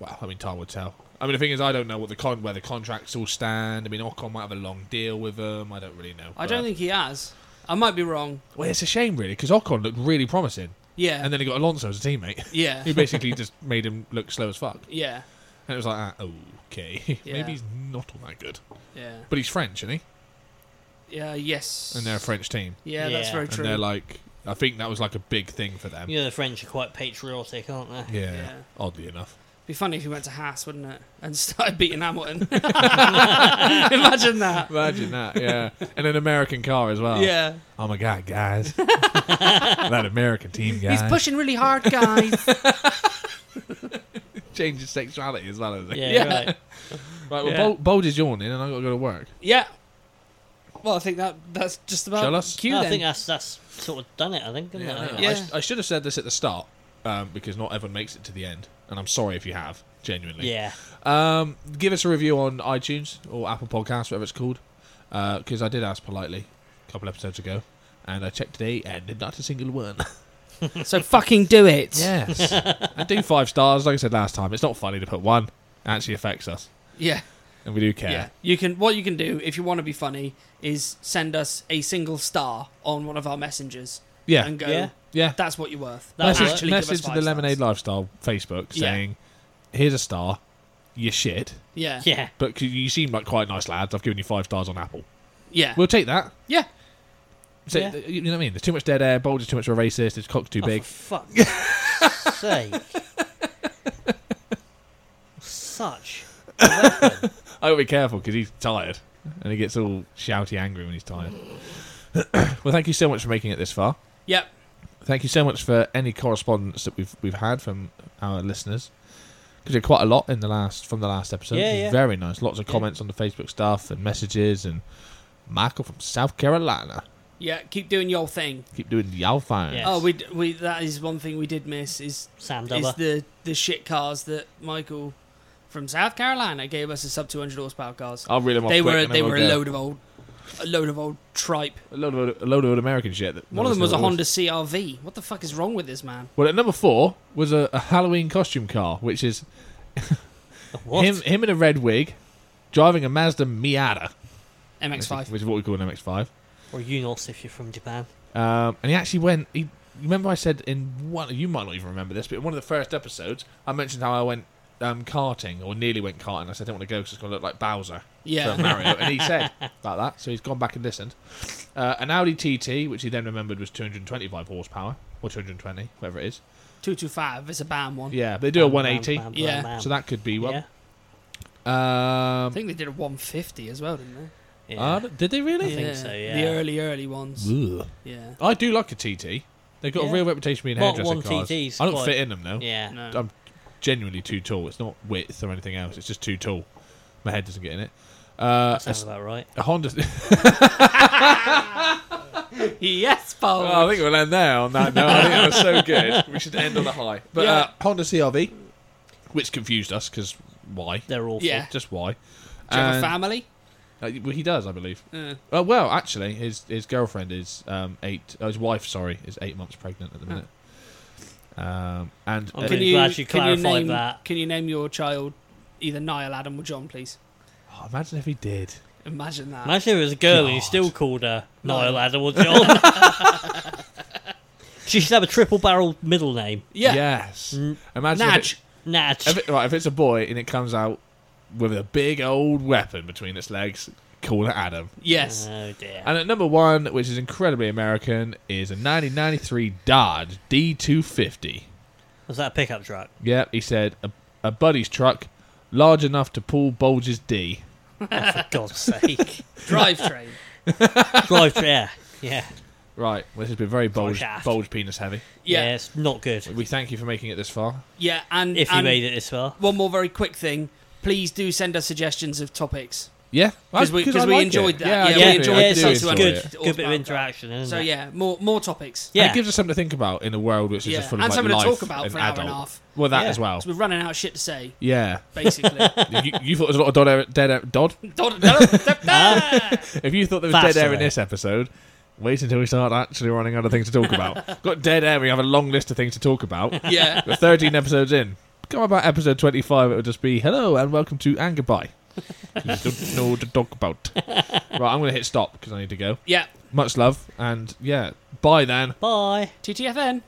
well, I mean, time will tell. I mean, the thing is, I don't know what the con where the contracts all stand. I mean, Ocon might have a long deal with them. I don't really know. I but- don't think he has. I might be wrong. Well, it's a shame really because Ocon looked really promising, Yeah. and then he got Alonso as a teammate. yeah. Who basically just made him look slow as fuck. Yeah. And it was like, ah, okay, Yeah. maybe he's not all that good. Yeah. But he's French, isn't he? Yeah, yes. And they're a French team. yeah, that's Yeah. very And And true. they're like, I think that was like a big thing for them. You know, the French are quite patriotic, aren't they? Yeah, Yeah. oddly enough. be funny if he went to Haas, wouldn't it? And started beating Hamilton. Imagine that. Imagine that, yeah. And an American car as well. Yeah. Oh my god, guys. that American team, guys. He's pushing really hard, guys. Changes sexuality as well, isn't it? Yeah, Yeah. right. Right, well, Yeah. Bold, Bold is yawning and I've got to go to work. Yeah. Well, I think that that's just about Shall us? cue No, I then. think that's that's sort of done it. I think, isn't it? I, Yeah. sh- I should have said this at the start um, because not everyone makes it to the end. And I'm sorry if you have, genuinely. Yeah. Um, give us a review on iTunes or Apple Podcasts, whatever it's called, because I did ask politely a couple episodes ago. And I checked today, and not a single one. So fucking do it. Yes, and do five stars. Like I said last time, it's not funny to put one. It actually affects us, yeah, and we do care. yeah. You can. What you can do if you want to be funny is send us a single star on one of our messengers Yeah, and go. Yeah. yeah. That's what you're worth. That message works. Actually give us message to five the stars. Lemonade Lifestyle Facebook Yeah. saying here's a star. You're shit, Yeah. Yeah. Yeah. but c- you seem like quite nice lads. I've given you five stars on Apple. Yeah. We'll take that. yeah. So, Yeah. You know what I mean? There's too much dead air. Boulder's too much of a racist. His cock's too big. Oh, for fuck's sake. Such. a weapon. I gotta be careful because he's tired and he gets all shouty angry when he's tired. well, thank you so much for making it this far. Yep. Thank you so much for any correspondence that we've we've had from our listeners because there quite a lot in the last from the last episode. Yeah, which is yeah. Very nice. Lots of comments on the Facebook stuff and messages and Michael from South Carolina. Yeah. Keep doing your thing. Keep doing y'all fine. Yeah. Oh, we d- we that is one thing we did miss is Sam is Dubber. the the shit cars that Michael from South Carolina gave us as sub 200 horsepower cars. I'll reel them off. they quick were and then they we'll were go. a load of old a load of old tripe. a load of a load of American shit. That One of them was a Honda. Honda CRV. What the fuck is wrong with this man? Well, at number four was a, a Halloween costume car, which is What? him him in a red wig, driving a Mazda Miata, MX5. which is what we call an MX-5. Or Unos if you're from Japan. Um, and he actually went. He remember I said in one. You might not even remember this, but in one of the first episodes, I mentioned how I went um, karting or nearly went karting. I said I don't want to go because it's going to look like Bowser from Yeah. Mario, and he said like that. So he's gone back and listened. Uh, an Audi TT, which he then remembered was 225 horsepower or 220, whatever it is. 225. It's a BAM one. Yeah, but they do a Bam, bam, 180, bam, bam, Yeah. bam. so that could be one. Yeah. I Um, think they did a 150 as well, didn't they? uh, Yeah. did they really? I think so, yeah. The early, early ones. Ugh. Yeah. I do like a TT. They've got a Yeah. real reputation for being Mark hairdresser one cars. TT's I don't quite- fit in them though. yeah. No. I'm genuinely too tall. It's not width or anything else. It's just too tall. My head doesn't get in it. Uh, Sounds about right. a Honda. yes, Paul. Well, I think we'll end there on that. No, I think that was so good. We should end on a high. But uh, Honda CRV, which confused us because why? They're awful. Yeah. Just why? Do you have a And- family? Uh, well, he does, I believe. Uh, Uh, well, actually, his his girlfriend is um, eight. Oh, his wife, sorry, is eight months pregnant at the minute. Um, and I'm Oh, uh, really glad you clarified name, that. Can you name your child either Niall, Adam, or John, please? oh, imagine if he did. Imagine that. Imagine if it was a girl and you God. still called her Niall Adam or John. she should have a triple barreled middle name. yeah. Yes. Mm. Imagine if it- Naj. Natch. If it, right, if it's a boy and it comes out with a big old weapon between its legs, call it Adam. Yes. Oh dear. And at number one, which is incredibly American, is a 1993 Dodge D250. Was that a pickup truck? Yep, he said a, a buddy's truck, large enough to pull Bulge's D. Oh, for God's sake. Drivetrain. Drive yeah. Yeah. Right, well, this has been very bulge, shaft. bulge penis heavy. Yeah. Yeah, it's not good. We thank you for making it this far. Yeah. And If you and made it this far. one more very quick thing. Please do send us suggestions of topics. Yeah, Because we- 'cause I we like enjoyed it. that. Yeah, Yeah, I we do. enjoyed I it. do So it's enjoy a it. good, it. good bit of Horsepower. interaction, isn't So it? yeah, more more topics. And Yeah. It gives us something to think about in a world which is Yeah. just full of And like, something to life talk about for an hour and a adult. half. Well, that Yeah. as well. So we're running out of shit to say, Yeah. basically. you, you thought there was a lot of Dod air, dead air, Dodd? Dod- dod- dod- If you thought there was That's dead air in right. this episode, wait until we start actually running out of things to talk about. Got dead air, we have a long list of things to talk about. yeah. We're 13 episodes in. Come about episode 25, it would just be hello and welcome to and goodbye. 'Cause you don't know what to talk about. Right, I'm going to hit stop because I need to go. Yeah. Much love, and yeah, bye then. Bye. TTFN.